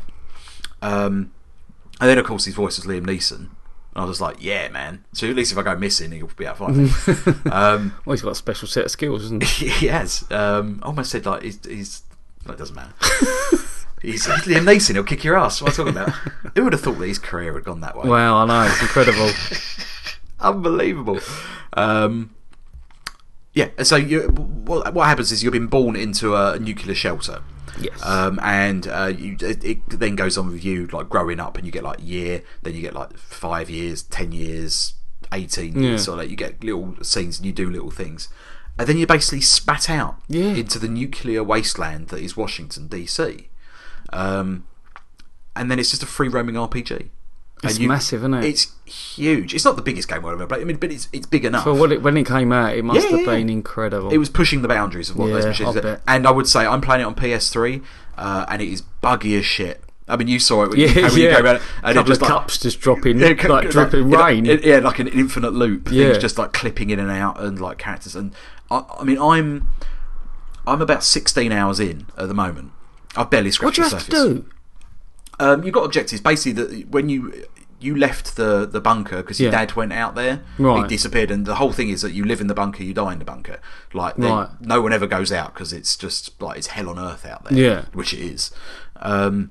Um, and then of course his voice was Liam Neeson. And I was just like, yeah, man. So at least if I go missing, he'll be out fine. um,
well, he's got a special set of skills, isn't he?
he has. Um, I almost said like he's. he's that doesn't matter. he's Liam Neeson. He'll kick your ass. What am I talking about? Who would have thought that his career had gone that way?
wow, I know it's incredible.
Unbelievable. Um, yeah. and So you, what, what happens is you've been born into a nuclear shelter.
yes.
Um, and uh, you, it, it then goes on with you like growing up, and you get like year, then you get like five years, ten years, eighteen
Yeah.
years. So like you get little scenes, and you do little things, and then you're basically spat out
Yeah.
into the nuclear wasteland that is Washington D.C. Um, and then it's just a free roaming RPG.
It's massive, isn't it?
It's huge. It's not the biggest game I've ever played. I mean, but it's it's big enough.
But what it, when it came out, it must
Yeah,
have
yeah,
been
yeah.
incredible.
It was pushing the boundaries of what those
Yeah,
machines
I'll
did.
bet.
And I would say I'm playing it on PS3, uh, and it is buggy as shit. I mean, you saw it when, you,
yeah,
when you
yeah.
came around, and
A
it
couple of
just like,
cups just dropping,
yeah,
like,
c- c-
dripping
you know,
rain.
it- yeah, like an infinite loop.
Yeah.
Things just like clipping in and out, and like characters. And I, I mean, I'm I'm about 16 hours in at the moment. I've barely scratched
what do you
the
have to
surface.
do?
Um, you got objectives. Basically, that when you you left the the bunker because your
Yeah.
dad went out there,
Right.
he disappeared, and the whole thing is that you live in the bunker, you die in the bunker. Like, they-
Right.
no one ever goes out because it's just like it's hell on earth out there.
Yeah.
which it is. Um,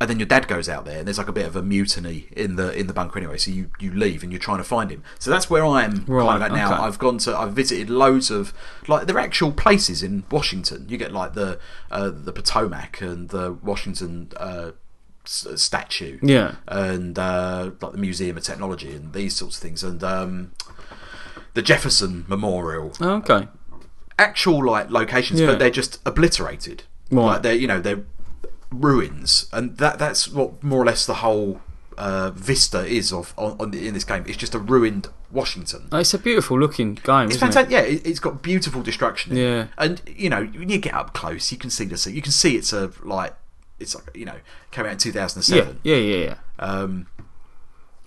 and then your dad goes out there, and there's like a bit of a mutiny in the in the bunker anyway. So you, you leave and you're trying to find him. So that's where I am
Right,
kind of at now.
okay.
I've gone to I've visited loads of like there are actual places in Washington. You get like the uh, the Potomac and the Washington uh, s- statue,
Yeah.
and uh, like the Museum of Technology and these sorts of things, and um, the Jefferson Memorial
Oh, okay.
actual like locations,
Yeah.
but they're just obliterated.
Right.
Like they're you know they're ruins, and that that's what more or less the whole uh, vista is of on, on in this game. It's just a ruined Washington.
Oh, it's a beautiful looking game.
It's
isn't
fantastic. Yeah, it, it's got beautiful destruction. in it.
Yeah.
and you know when you get up close, you can see the You can see it's a like it's like you know came out in two thousand and
It?
seven.
Yeah, yeah, yeah, yeah.
Um,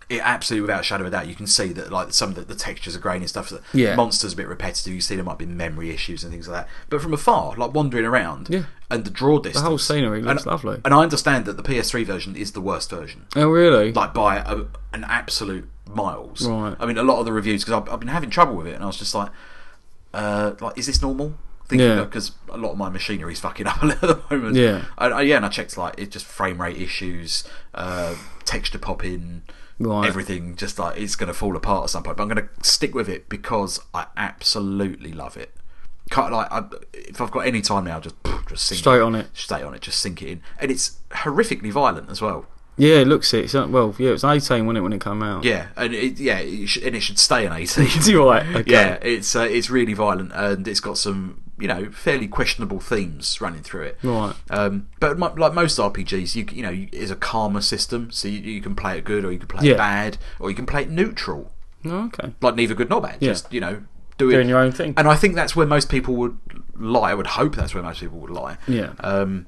it absolutely without a shadow of a doubt you can see that like some of the, the textures are grainy and stuff that
Yeah.
monsters a bit repetitive you see there might be memory issues and things like that but from afar like wandering around
Yeah.
and the draw distance
whole scenery looks
and,
lovely.
and I understand that the PS3 version is the worst version
Oh, really?
like by a, an absolute miles
Right.
I mean a lot of the reviews because I've, I've been having trouble with it and I was just like uh, like is this normal
Yeah.
thinking because a lot of my machinery's fucking up at the moment
Yeah.
and, I- yeah and I checked like it just frame rate issues uh, texture popping
Right.
everything just like it's going to fall apart at some point. But I'm going to stick with it because I absolutely love it. Can't, like I, if I've got any time now, just just sink
Straight on it.
straight on it, just sink it in. And it's horrifically violent as well.
yeah, it looks it. It's, not- well, yeah, it was 18 when it when it came out.
Yeah, and it, yeah, it sh- and it should stay an eighteen.
You're right, okay.
Yeah, it's uh, it's really violent and it's got some you know fairly questionable themes running through it.
Right.
Um, but mo- like most RPGs, you c- you know you, it's a karma system, so you, you can play it good or you can play
Yeah.
it bad or you can play it neutral.
Oh, okay.
like neither good nor bad. Just you know, do it.
Doing your own thing.
And I think that's where most people would lie. I would hope that's where most people would lie.
Yeah.
Um,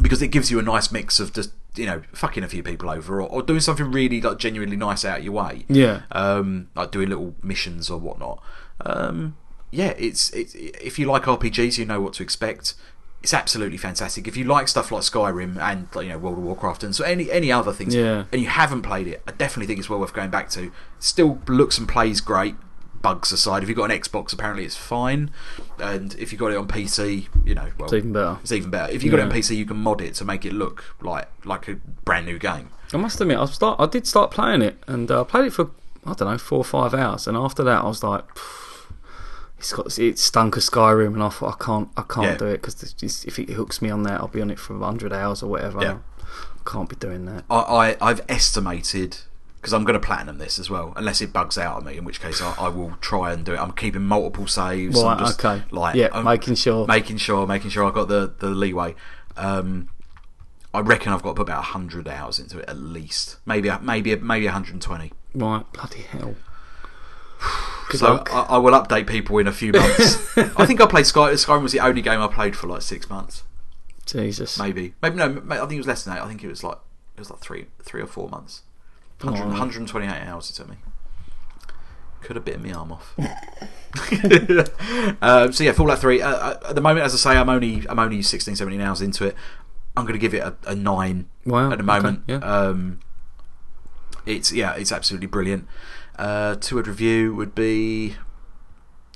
because it gives you a nice mix of just you know fucking a few people over or, or doing something really like genuinely nice out of your way.
Yeah.
Um, like doing little missions or whatnot. Um, yeah, it's it's if you like RPGs, you know what to expect. It's absolutely fantastic. If you like stuff like Skyrim and like, you know World of Warcraft and so any any other things,
Yeah.
and you haven't played it, I definitely think it's well worth going back to. Still looks and plays great. Bugs aside, if you've got an Xbox, apparently it's fine, and if you got it on PC, you know, well,
It's even better.
It's even better. If you got it on
Yeah.
PC, you can mod it to make it look like like a brand new game.
I must admit, I start. I did start playing it, and uh, I played it for I don't know four or five hours, and after that, I was like, "Phew, it's got it stunk of Skyrim, and I thought I can't, I can't
Yeah.
do it because if it hooks me on that, I'll be on it for hundred hours or whatever.
Yeah.
I can't be doing that.
I, I I've estimated because I'm going to platinum this as well, unless it bugs out on me, in which case I, I will try and do it. I'm keeping multiple saves. I'm
Right,
just,
okay.
Like
Yeah,
I'm
making sure.
making sure, making sure I got the the leeway. Um, I reckon I've got to put about hundred hours into it at least. Maybe maybe maybe 120.
Right, bloody hell. Good
So
luck.
I, I will update people in a few months. I think I played Sky, Skyrim was the only game I played for like six months,
Jesus.
maybe. Maybe no, ma- I think it was less than that. I think it was like it was like three three or four months. 100,
Alright.
128 hours it took me. Could have bitten my arm off. um, so yeah, Fallout Three. Uh, uh, at the moment, as I say, I'm only I'm only 16, 17 hours into it. I'm going to give it a, a nine
Wow,
at the
okay,
moment.
yeah.
Um, it's yeah, it's absolutely brilliant. Uh, two word review would be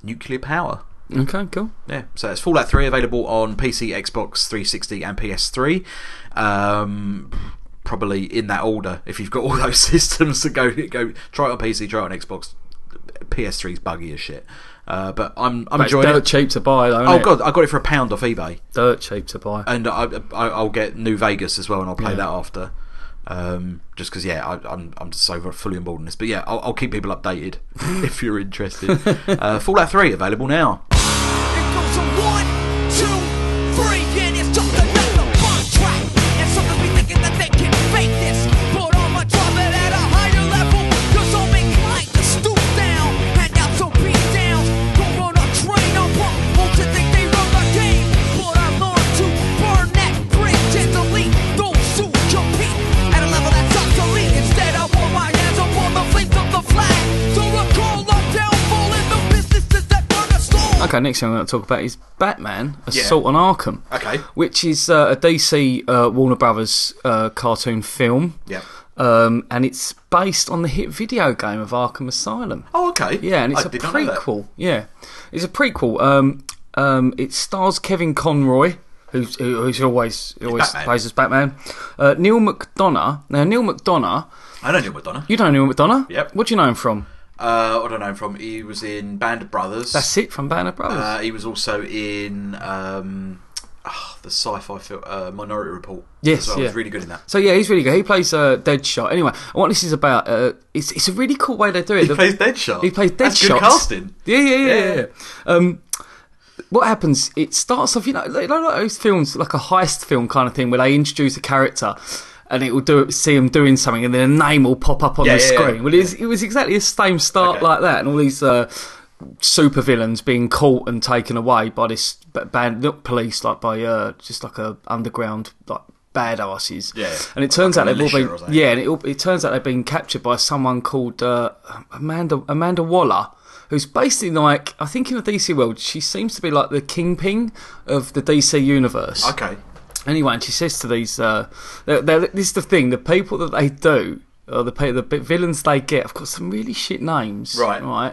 nuclear power.
Okay, cool.
Yeah, so it's Fallout 3 available on PC, Xbox 360, and PS3. Um, probably in that order. If you've got all those systems to go, go try it on PC, try it on Xbox. PS3's buggy as shit. Uh, but I'm, I'm
But it's
enjoying
dirt
it.
cheap to buy, though.
Oh
innit?
god, I got it for a pound off eBay,
dirt cheap to buy.
and I, I, I'll get New Vegas as well, and I'll play
Yeah.
that after. Um, just because, yeah, I, I'm I'm just so fully on board in this. But yeah, I'll, I'll keep people updated if you're interested. uh, Fallout 3 available now.
It goes on one, two, three, and it's just another contract. And some of me thinking that they can fake this. Put all my trouble at a higher level. Cause I'm inclined to stoop down. Hand out some beat downs. Go on a train on pump. Won't you think they run the game? But I learned to burn that bridge and delete those who compete. At a level that's obsolete. Instead, I want my hands upon the flames of the flag. So I call up downfall in the businesses that run us low.
Okay, next thing I'm going to talk about is Batman: Assault
Yeah.
on Arkham.
Okay.
which is uh, a DC uh, Warner Brothers uh, cartoon film.
Yeah.
um, and it's based on the hit video game of Arkham Asylum.
Oh, okay.
Yeah, and it's
I
a
did not know that.
prequel. Yeah, it's a prequel. Um, um, it stars Kevin Conroy, who's who- who's always always
Batman.
plays as Batman. Uh, Neil McDonough. Now Neil McDonough,
I know Neil McDonough.
you know Neil McDonough.
Yep.
What do you know him from?
Uh, I don't know him from. He was in Band of Brothers.
That's it from Banner Brothers.
Uh, he was also in um, ah, the sci-fi film uh, Minority Report.
Yes,
as well. he was
yeah.
really good in that.
so yeah, he's really good. He plays uh, Deadshot. Anyway, what this is about, uh, it's it's a really cool way they do it.
He plays Deadshot.
He plays Deadshot.
That's good casting.
Yeah, yeah, yeah. yeah,
Yeah.
yeah. Um, what happens? It starts off, you know, like, like those films, like a heist film kind of thing, where they introduce a character. And it will do see him doing something, and then a name will pop up on
Yeah,
the
yeah, yeah.
screen. Well, it was, it was exactly the same start
Okay.
like that, and all these uh, supervillains being caught and taken away by this b- band, not police, like by uh, just like a underground like badasses.
Yeah.
And it turns
Like a
out they've all
militia or
been
something.
yeah, and it, all- it turns out they've been captured by someone called uh, Amanda Amanda Waller, who's basically like I think in the DC world she seems to be like the kingpin of the DC universe.
Okay.
Anyway, and she says to these, uh, they're, they're, this is the thing: the people that they do, or the pe- the bi- villains they get, have got some really shit names,
Right.
Right.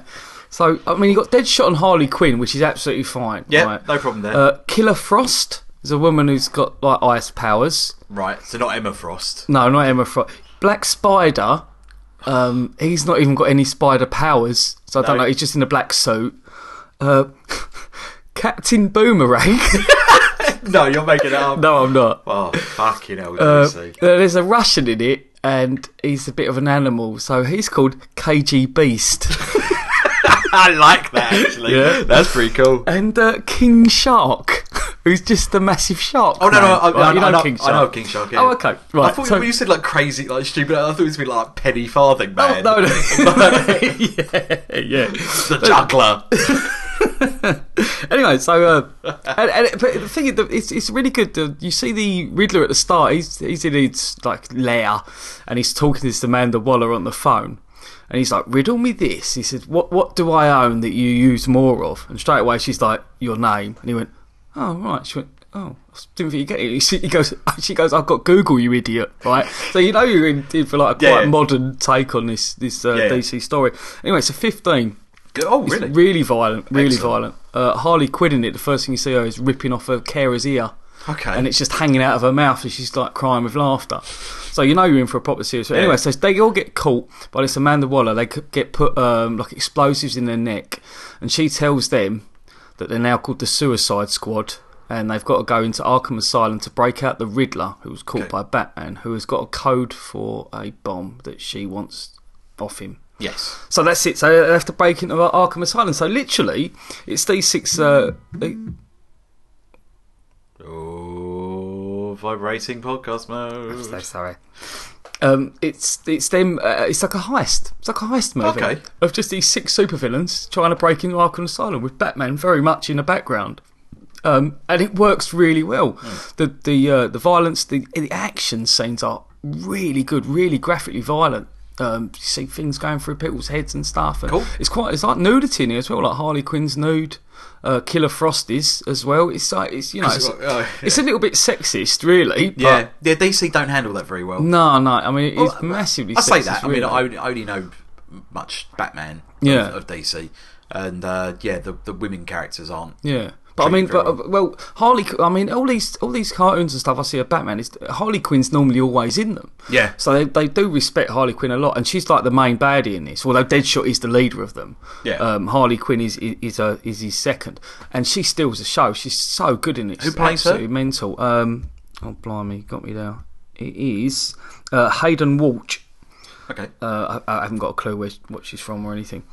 So I mean, you got Deadshot and Harley Quinn, which is absolutely fine.
Yeah,
right?
no problem there.
Uh, Killer Frost is a woman who's got like ice powers.
Right. So not Emma Frost.
No, not Emma Frost. Black Spider. Um, he's not even got any spider powers, so I don't
No.
know. He's just in a black suit. Uh, Captain Boomerang.
No, you're making it up.
no, I'm not.
Oh, fucking hell,
Uh,
DC.
there's a Russian in it, and he's a bit of an animal, so he's called KG Beast.
I like that actually.
Yeah.
That's pretty cool.
and uh, King Shark, who's just a massive shark.
Oh no, no,
man.
I, I,
Right,
I,
you
know,
King
I
Shark.
know King Shark. Yeah.
Oh, okay.
I
Right,
thought
so-
when you said like crazy, like stupid. I thought it was gonna be like penny farthing
Oh,
man.
no, no. yeah, yeah.
the juggler.
Anyway, so uh, and, and, but the thing is, that it's it's really good. uh, You see the Riddler at the start. He's he's in his like lair, and he's talking to this Amanda Waller on the phone, and he's like, "Riddle me this." He said, "What what do I own that you use more of?" And straight away she's like, "Your name," and he went, "Oh right." She went. Oh, I didn't think you get it. He s- He goes, she goes, I've got Google, you idiot, right? So you know you're in, in for like a quite
Yeah.
modern take on this this uh,
Yeah.
DC story. Anyway, so 15.
Oh
It's
really?
really violent, really
Excellent.
violent. Uh, Harley Quinn in it, the first thing you see her is ripping off her carer's ear.
Okay.
And it's just hanging out of her mouth and she's like crying with laughter. So you know you're in for a proper serious. But anyway, so they all get caught by this Amanda Waller. They could get put um, like explosives in their neck. And she tells them that they're now called the Suicide Squad. And they've got to go into Arkham Asylum to break out the Riddler, who was caught
Okay.
by Batman, who has got a code for a bomb that she wants off him.
yes.
So that's it. So they have to break into Ar- Arkham Asylum. So literally, it's these six. Uh, they-
Oh, vibrating podcast mode.
sorry. Um, it's it's them. Uh, it's like a heist. It's like a heist movie
Okay.
of just these six supervillains trying to break into Arkham Asylum with Batman very much in the background. Um, and it works really well.
Hmm.
The the uh, the violence, the the action scenes are really good, really graphically violent. Um, you see things going through people's heads and stuff. And
Cool.
It's quite it's like nudity in here as well, like Harley Quinn's nude, uh, Killer Frosty's as well. It's like it's you know it's,
it's got- oh, yeah.
it's a little bit sexist, really. but-
Yeah. yeah. DC don't handle that very well.
no, no. I mean, it's
Well,
massively.
I say
sexist,
that. I mean,
really.
I only- I only know much Batman
Yeah.
of, of DC, and uh, yeah, the the women characters aren't.
yeah. But I mean,
Treated very
but, well, Harley. I mean, all these all these cartoons and stuff I see of Batman is Harley Quinn's normally always in them.
Yeah.
So they, they do respect Harley Quinn a lot, and she's like the main baddie in this. Although Deadshot is the leader of them.
Yeah.
Um, Harley Quinn is is is, a, is his second, and she steals the show. She's so good in it. Who
plays her?
Mental. Um. Oh blimey, got me there. It is uh, Hayden Walsh.
Okay.
Uh, I, I haven't got a clue where what she's from or anything.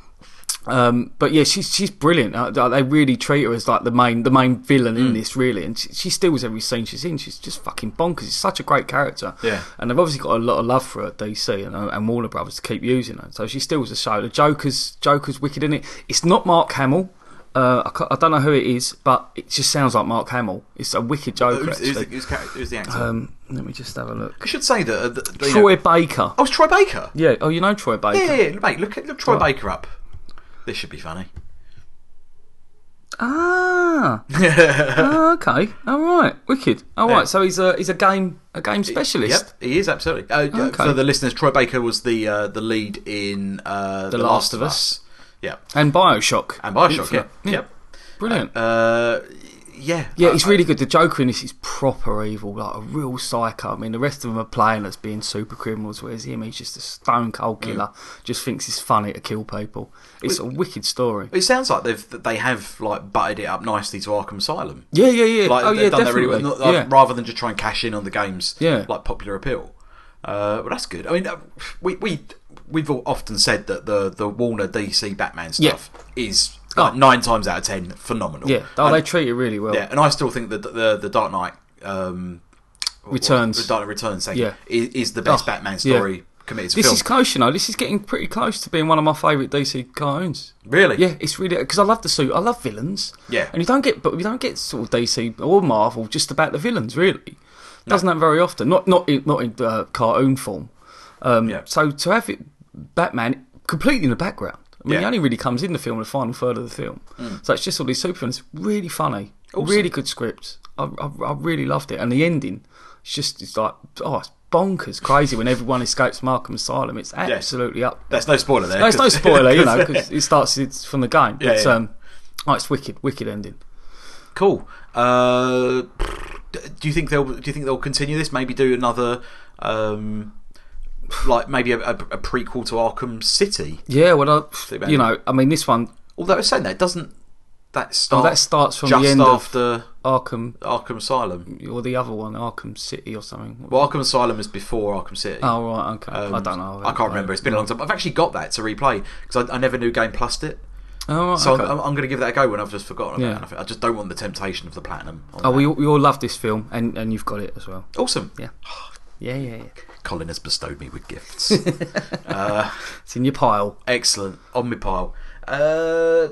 Um, but yeah, she's she's brilliant. Uh, th- they really treat her as like the main the main villain
Mm.
in this, really, and she, she steals every scene she's in. She's just fucking bonkers. She's such a great character.
Yeah.
and they've obviously got a lot of love for her at DC and, uh, and Warner Brothers to keep using her. So she steals the show. The Joker's Joker's wicked in it. It's not Mark Hamill. Uh, I, ca- I don't know who it is, but it just sounds like Mark Hamill. It's a wicked Joker.
who's, who's, the,
actually.
who's, char- who's the actor?
um, let me just have a look.
I should say that. Uh, the, the- you
Troy
Know,
Baker.
oh, it's Troy Baker.
Yeah. Oh, you know Troy Baker.
Yeah, yeah, yeah. mate. Look, look Troy Baker up. This should be funny.
Ah. Ah, okay. All right. Wicked. All right.
Yeah.
So he's a he's a game a game specialist.
Yep, he is absolutely. Uh, yeah,
Okay.
For the listeners, Troy Baker was the uh, the lead in uh, The, Last, of Us. Yeah,
And Bioshock.
and Bioshock. Yeah,
Infinite.
yep.
Brilliant.
Uh, yeah,
yeah,
Uh,
he's really good. The Joker in this is proper evil, like a real psycho. I mean, the rest of them are playing as being super criminals, whereas him, he's just a stone
Mm.
cold killer. Just thinks it's funny to kill people. It's a wicked story.
It sounds like they've that they have like butted it up nicely to Arkham Asylum.
Yeah, yeah, yeah.
Like
oh,
they've
yeah,
done that
definitely.
really well, not- like,
yeah.
rather than just try and cash in on the game's
Yeah.
like popular appeal. Uh, well, that's good. I mean, uh, we we we've all often said that the the Warner DC Batman stuff is like,
Oh.
nine times out of ten phenomenal.
Yeah. Oh,
And-
they treat it really well.
yeah, and I still think that the the, the Dark Knight um, what-
Returns.
what- the Dark Knight Returns thing
Yeah.
is, is the best
Oh,
Batman
yeah.
story committed to
This
film.
is close, you know. This is getting pretty close to being one of my favourite DC cartoons.
Really?
Yeah, it's really because I love the suit. I love villains.
Yeah.
and you don't get, but you don't get sort of DC or Marvel just about the villains, really. Doesn't happen very often. Not not in, not in uh, cartoon form. Um,
Yeah.
So to have it, Batman completely in the background. I mean,
Yeah. Mm.
he only really comes in the film in the final third of the film. So it's just all these supervillains. Really funny.
Awesome.
Really good script. I, I, I really loved it. And the ending, it's just it's like oh, it's bonkers, crazy when everyone escapes Markham Asylum. It's absolutely up
That's no spoiler there.
no, it's no
'cause-
spoiler, you know, because it starts it's from the game.
Yeah,
But,
yeah.
Um, oh, it's wicked, wicked ending.
Cool. Uh, do you think they'll do you think they'll continue this? Maybe do another, um, like maybe a, a, a prequel to Arkham City.
Yeah, well,
Think
I,
about
you
it.
know, I mean, this one
Although I'm saying that doesn't that
oh,
start
that starts from
just
the end of
after
Arkham
Arkham Asylum.
or the other one, Arkham City or something.
Well, Arkham Asylum is before Arkham City.
oh right, okay.
Um,
I don't know.
I can't remember. It's been a long time. I've actually got that to replay because I, I never knew Game Plus it.
Oh, right,
So um,
okay.
I'm, I'm, I'm going to give that a go when I've just forgotten
Yeah.
about it. I think- I just don't want the temptation of the platinum. on
oh,
that.
we all- we all love this film, and and you've got it as well.
awesome.
Yeah. Yeah, yeah, yeah.
Colin has bestowed me with gifts.
It's in your pile.
Excellent. On my pile. Uh,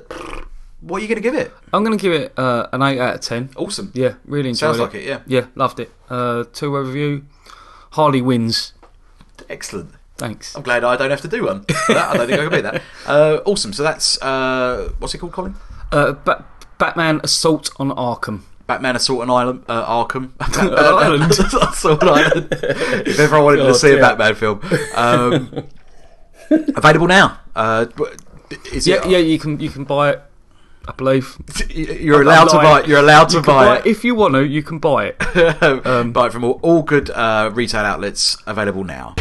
what are you going to give it?
I'm going to give it uh, an 8 out of 10.
Awesome.
Yeah, really enjoyed
Oh. Sounds
it.
like it, yeah.
Yeah, loved it. Uh, two review. Harley wins.
Excellent.
Thanks.
I'm glad I don't have to do one. For that, I don't think I can beat that. Uh, awesome. So that's uh, what's it called, Colin?
Uh, ba- Batman Assault on Arkham.
Batman Assault on Island, uh, Arkham.
Island.
Assault on Island. if ever I wanted to
God,
see a
yeah.
Batman film. Um, available now. Uh, is
Yeah,
it,
yeah, you can you can buy it. I believe
You're allowed to buy
lying.
it. You're allowed to
You can buy
buy
it if you want to. You can buy it.
it. buy it from all, all good uh, retail outlets. Available now.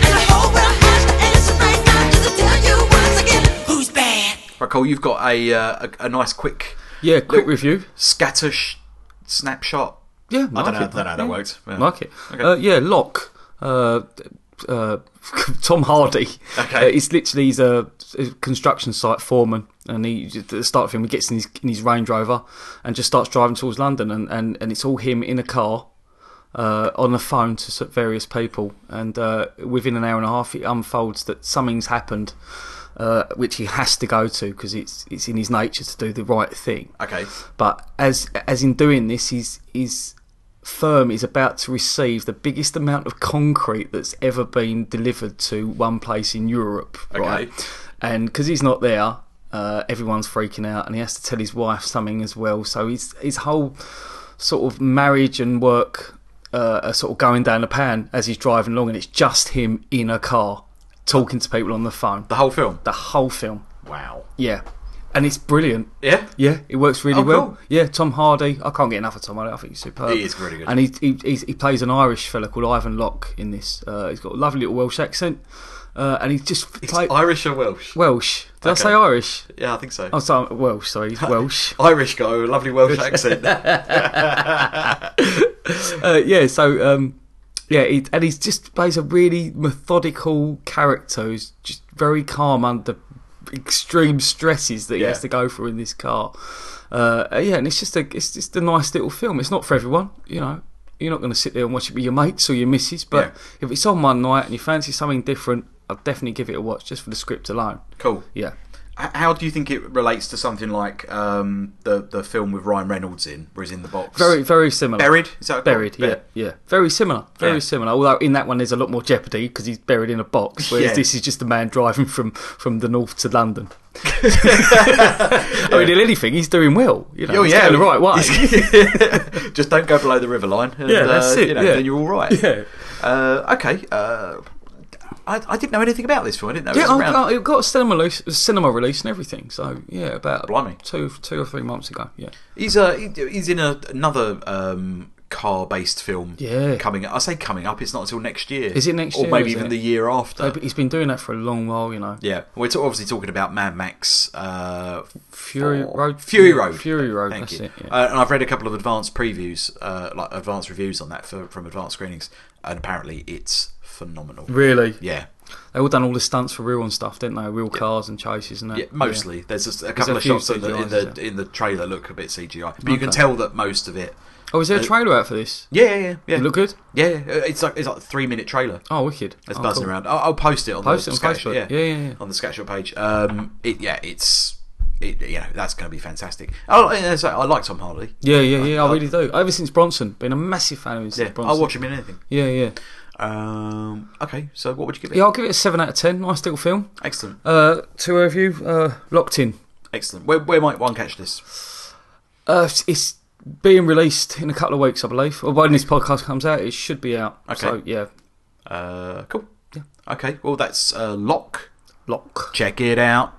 Who's bad?
Right, Cole, you've got a uh, a, a nice quick
Yeah, quick
Look-
review.
scatter sh- snapshot.
Yeah,
I
like
don't know. I
it.
don't know how that
yeah.
worked. Yeah.
Like it. Uh, yeah, Locke. Uh, uh, Tom Hardy.
Okay.
Uh, it's literally he's a, a construction site foreman, and he at the start of him he gets in his, in his Range Rover and just starts driving towards London, and, and, and it's all him in a car. Uh, on the phone to s- various people, and uh, within an hour and a half, it unfolds that something's happened, uh, which he has to go to because it's it's in his nature to do the right thing.
Okay.
But as as in doing this, his his firm is about to receive the biggest amount of concrete that's ever been delivered to one place in Europe. Right,
Okay.
and because he's not there. Uh, everyone's freaking out, and he has to tell his wife something as well. So his his whole sort of marriage and work uh, are sort of going down the pan as he's driving along, and it's just him in a car talking to people on the phone.
The whole film.
The whole film,
Wow.
yeah, and it's brilliant.
Yeah.
Yeah, it works really
Oh,
well.
cool.
Yeah, Tom Hardy. I can't get enough of Tom Hardy. I think he's superb.
He is really good.
And he he, he's, he plays an Irish fella called Ivan Locke in this. Uh, he's got a lovely little Welsh accent, uh, and he just
It's
play-
Irish or Welsh?
Welsh. Did
Okay.
I say Irish?
yeah, I think so.
Oh, sorry, Welsh. Sorry, he's Welsh.
Irish guy, with a lovely Welsh accent.
uh, yeah, so um, yeah, he, and he's just plays a really methodical character who's just very calm under extreme stresses that he
Yeah.
has to go through in this car. Uh, yeah, and it's just a it's just a nice little film. It's not for everyone, you know. You're not going to sit there and watch it with your mates or your missus, but if it's on one night and you fancy something different, I'd definitely give it a watch just for the script alone.
Cool.
Yeah.
H- How do you think it relates to something like um, the the film with Ryan Reynolds in, where he's in the box?
Very, Oh, very similar.
Buried? Is that what
buried?
it's called?
Yeah, yeah. Very similar. Very
Yeah.
similar. Although in that one there's a lot more jeopardy because he's buried in a box, whereas
Yeah.
this is just a man driving from from the north to London. I mean, if anything, he's doing well. You know,
Oh
he's
yeah,
going the right way.
way. Just don't go below the river line. And,
Yeah, that's
uh,
it,
You know,
yeah.
Then you're all right.
Yeah.
Uh, okay. Uh, I, I didn't know anything about this film. I didn't know
Yeah,
it was around.
I, I, it got a cinema release, a cinema release and everything. So yeah, about
Blimey.
two, two or three months ago. Yeah,
He's uh, he- he's in a, another um, car-based film.
Yeah.
coming. I say coming up. It's not until next year.
Is it next
or
year,
Or maybe
is
even
it?
the year after.
But he's been doing that for a long while. You know,
Yeah, we're t- obviously talking about Mad Max uh,
Fury
four-
Road-
Fury Road.
Fury Road,
Thank
that's
you.
it, yeah.
Uh, and I've read a couple of advanced previews, uh, like advanced reviews on that for, from advanced screenings, and apparently it's phenomenal.
really.
Yeah.
They all done all the stunts for real and stuff, didn't they? Real cars and chases and that.
Yeah, mostly. There's just a couple
a
of
few
shots in the, in
CGIs,
the
is
in the trailer look a bit CGI, but you can tell that most of it.
Oh, is there a trailer out for this?
Yeah, yeah, yeah. Uh, yeah.
It look good.
Yeah, yeah. it's like it's like a three minute trailer.
Oh, wicked.
It's
oh,
buzzing
cool.
around. I'll, I'll post it on
Post
the
it on
Sketch-
Facebook.
Yeah.
Yeah, yeah, yeah.
on the Sketchful page. Um, it yeah, it's it, you know, that's going to be fantastic. Oh, and as I, I like Tom Hardy.
Yeah, yeah, yeah. I really do. Ever since Bronson, been a massive fan of him since
Uh, Yeah,
Bronson.
I'll watch him in anything.
Yeah, yeah.
Um, okay, so what would you give it?
Yeah, I'll give it a seven out of ten. Nice little film.
Excellent,
Uh, two of you uh, locked in.
excellent. Where, where might one catch this?
Uh, it's- it's being released in a couple of weeks, I believe. Or when this podcast comes out, it should be out.
Okay.
So yeah,
Uh, cool. Yeah. Okay. Well, that's uh, Lock.
lock.
Check it out.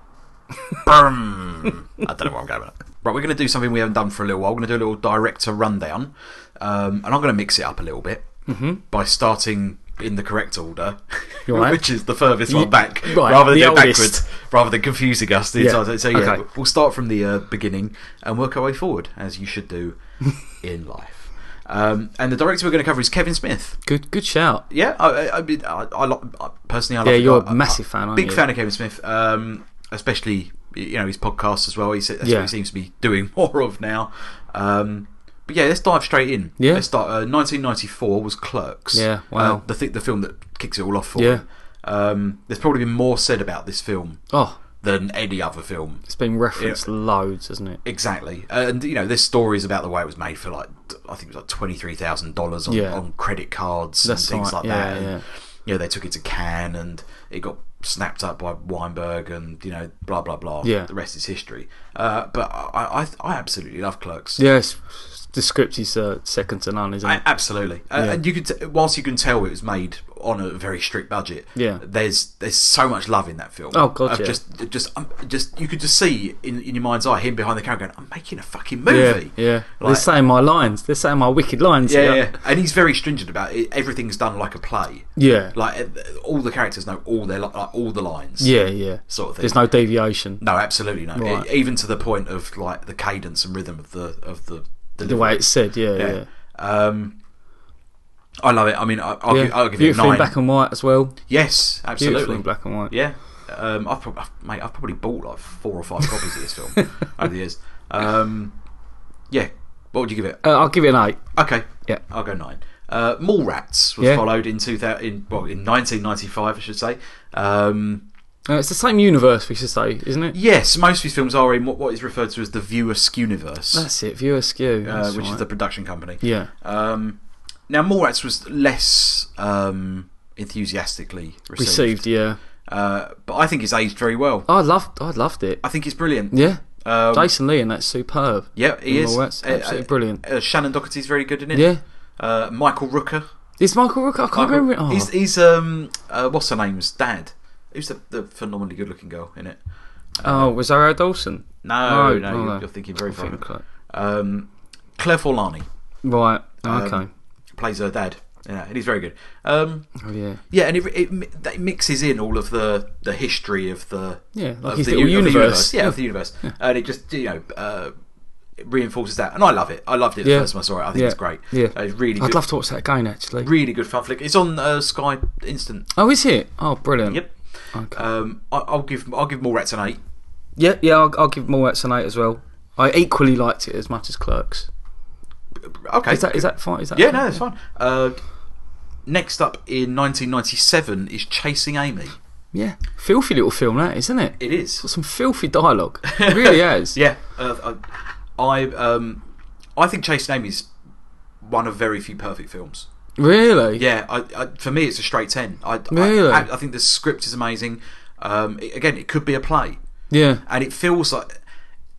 Boom. I don't know what I'm going with. that. Right, we're going to do something we haven't done for a little while. We're going to do a little director rundown, um, and I'm going to mix it up a little bit
Mm-hmm.
by starting in the correct order,
right.
which is the furthest one back,
right,
rather than
the
do it
oldest.
backwards, rather than confusing us. the
Yeah,
entire time. So yeah,
okay.
we'll start from the uh, beginning and work our way forward, as you should do in life. Um, and the director we're going to cover is Kevin Smith.
Good, good shout.
Yeah, I, I, I, mean, I, I, lo- I personally, I
Yeah,
like
you're
I-
a massive
I-
fan, aren't
big
you?
fan of Kevin Smith, um, especially you know his podcast as well. He, that's
Yeah.
what he seems to be doing more of now. Um, but yeah, let's dive straight in.
Yeah.
let's start. Uh, 1994 was Clerks.
Yeah, wow.
Uh, the thi- the film that kicks it all off for.
Yeah.
him. Um, there's probably been more said about this film
Oh,
than any other film.
it's been referenced
Yeah.
loads, isn't it?
Exactly, and you know, there's stories about the way it was made for like t- I think it was like twenty three thousand dollars on
Yeah.
on credit cards
That's
and things
right,
like
yeah,
that. And,
yeah.
You know, they took it to Cannes and it got snapped up by Weinberg and you know, blah blah blah.
Yeah.
the rest is history. Uh, but I, I I absolutely love Clerks.
Yes, the script is uh, second to none, isn't
I,
it?
absolutely, Uh, and you could t- whilst you can tell it was made on a very strict budget.
Yeah.
there's there's so much love in that film.
Oh, God,
Of
yeah.
Just just um, just you could just see in, in your mind's eye him behind the camera going, "I'm making a fucking
Yeah,
movie."
yeah. They're
Like-
saying my lines. They're saying my wicked lines.
yeah,
here.
yeah. and he's very stringent about it. Everything's done like a play.
Yeah.
like eh, all the characters know all their li- like, all the lines.
yeah, yeah.
Sort of thing.
There's no deviation.
no, absolutely no.
Right.
E- even to the point of like the cadence and rhythm of the of the
The way it's said, yeah, yeah.
Yeah. Um, I love it. I mean, I, I'll,
Yeah.
Give, I'll give it a
Beautiful
nine.
in black and white as well.
yes,
Beautiful
absolutely.
in black and white.
Yeah, um, I've, prob- I've mate, I've probably bought like four or five copies of this film over the years. Um, yeah, what would you give it?
Uh, I'll give it an eight.
Okay.
Yeah.
I'll go nine. Uh, Mallrats was
Yeah.
followed in two thousand, in, well, in nineteen ninety five, I should say. Um,
Uh, it's the same universe, we should say, isn't it?
yes, most of these films are in what, what is referred to as the View Askew universe,
That's it. View askew.
uh,
That's
which is
right.
the production company.
yeah.
Um, now, Mallrats was less um, enthusiastically received,
Received, yeah.
Uh, but I think it's aged very well.
I loved, I loved it.
I think it's brilliant.
Yeah,
Um,
Jason Lee, and that's superb.
Yeah, he
In
is
Mallrats,
Uh,
absolutely
uh,
brilliant.
Uh, Shannon Doherty's very good in it.
Yeah,
Uh, Michael Rooker
is Michael Rooker? I can't
Michael-
remember. it. Oh,
He's, he's um uh, what's her name's dad? Who's the, the phenomenally good looking girl in it?
oh, was Rosario Dawson.
No,
Oh,
no,
oh,
you're,
no.
you're thinking very
I
far.
think like-
Um, Claire Forlani
Right.
Um,
Oh, okay.
plays her dad. Yeah, and he's very good. Um,
oh yeah.
yeah, and it, it, mi- that mixes in all of the, the history of the
Yeah, like
of
his
the
little
u- of the
universe.
yeah, of the universe, and it just you know uh, it reinforces that. And I love it. I loved it the
Yeah.
first time I saw it. I think
yeah.
it's great.
Yeah.
Uh, it's really.
I'd
good,
love to watch that again, actually.
Really good fun flick. It's on uh, Sky Instant.
oh, is it? Oh, brilliant.
Yep.
Okay.
Um, I, I'll give I'll give Mallrats an eight.
yeah, yeah. I'll, I'll give Mallrats an eight as well. I equally liked it as much as Clerks.
Okay.
Is that is that fine? Is that
yeah, no, that's fine. Uh, next up in 1997 is Chasing Amy.
Yeah, filthy little film that, isn't it?
It is.
Got some filthy dialogue. It really has.
Yeah. Uh, I, I, um, I think Chasing Amy is one of very few perfect films.
Really.
Yeah, I, I, for me, it's a straight 10. I, I-
Really?
I, I think the script is amazing. Um, it- again, it could be a play.
Yeah.
and it feels like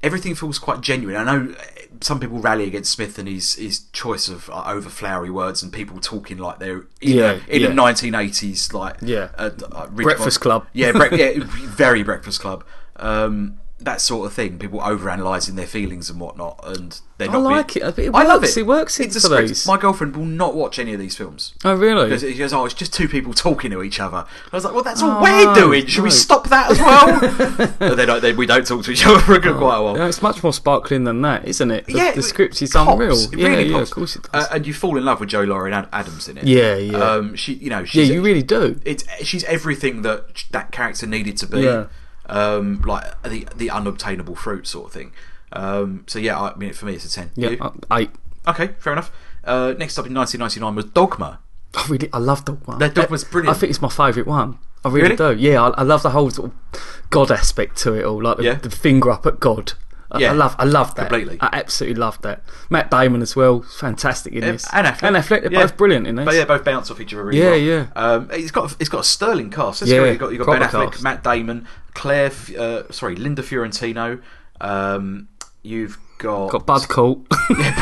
everything feels quite genuine. I know uh, some people rally against Smith and his his choice of uh, over flowery words and people talking like they're in,
Yeah,
a, in
yeah.
a 1980s like
Yeah.
uh, uh, Ridgemont-
Breakfast Club.
yeah, bre- yeah, very Breakfast Club. Um, that sort of thing. People overanalyzing their feelings and whatnot, and they're not.
like
being-
it. It
I love
works.
it.
It works
It's a
for
script.
these.
My girlfriend will not watch any of these films.
Oh, really?
Because it goes, oh, it's just two people talking to each other. I was like, well, that's all
no,
we're doing. Should we
Oh, no.
stop that as well? but they don't, they, we don't talk to each other for a good quite a while.
Oh, Yeah, it's much more sparkling than that, isn't it? The,
Yeah,
the
it
script is
pops.
unreal.
It
yeah,
really
yeah,
pops.
of course it does.
Uh, and you fall in love with Joe Lauren Ad- Adams in it.
Yeah, yeah.
Um, she, you know,
yeah,
she's,
you really do.
it's she's everything that that character needed to be.
Yeah.
Um, like the the unobtainable fruit sort of thing. Um, so yeah, I mean, for me, it's a ten.
Yeah,
You?
I, I,
okay, fair enough. Uh, next up in 1999 was Dogma.
I really, I love Dogma.
That Dogma's brilliant.
I think it's my favourite one. I
Really?
really, do. Yeah, I, I love the whole sort of God aspect to it all, like the,
Yeah.
the finger up at God. I,
Yeah.
I love, I love that.
Completely.
I absolutely love that. Matt Damon as well, fantastic in
Yeah,
this.
and Affleck.
and Affleck, they're
Yeah.
both brilliant in this.
But yeah, both bounce off each other. Really
Yeah,
well.
yeah.
Um, it's got it's got a sterling cast. That's
Yeah,
yeah, you got you got Ben
proper
Affleck,
cast.
Matt Damon, Claire, F- uh, sorry, Linda Fiorentino. Um, you've got
Got Bud Colt,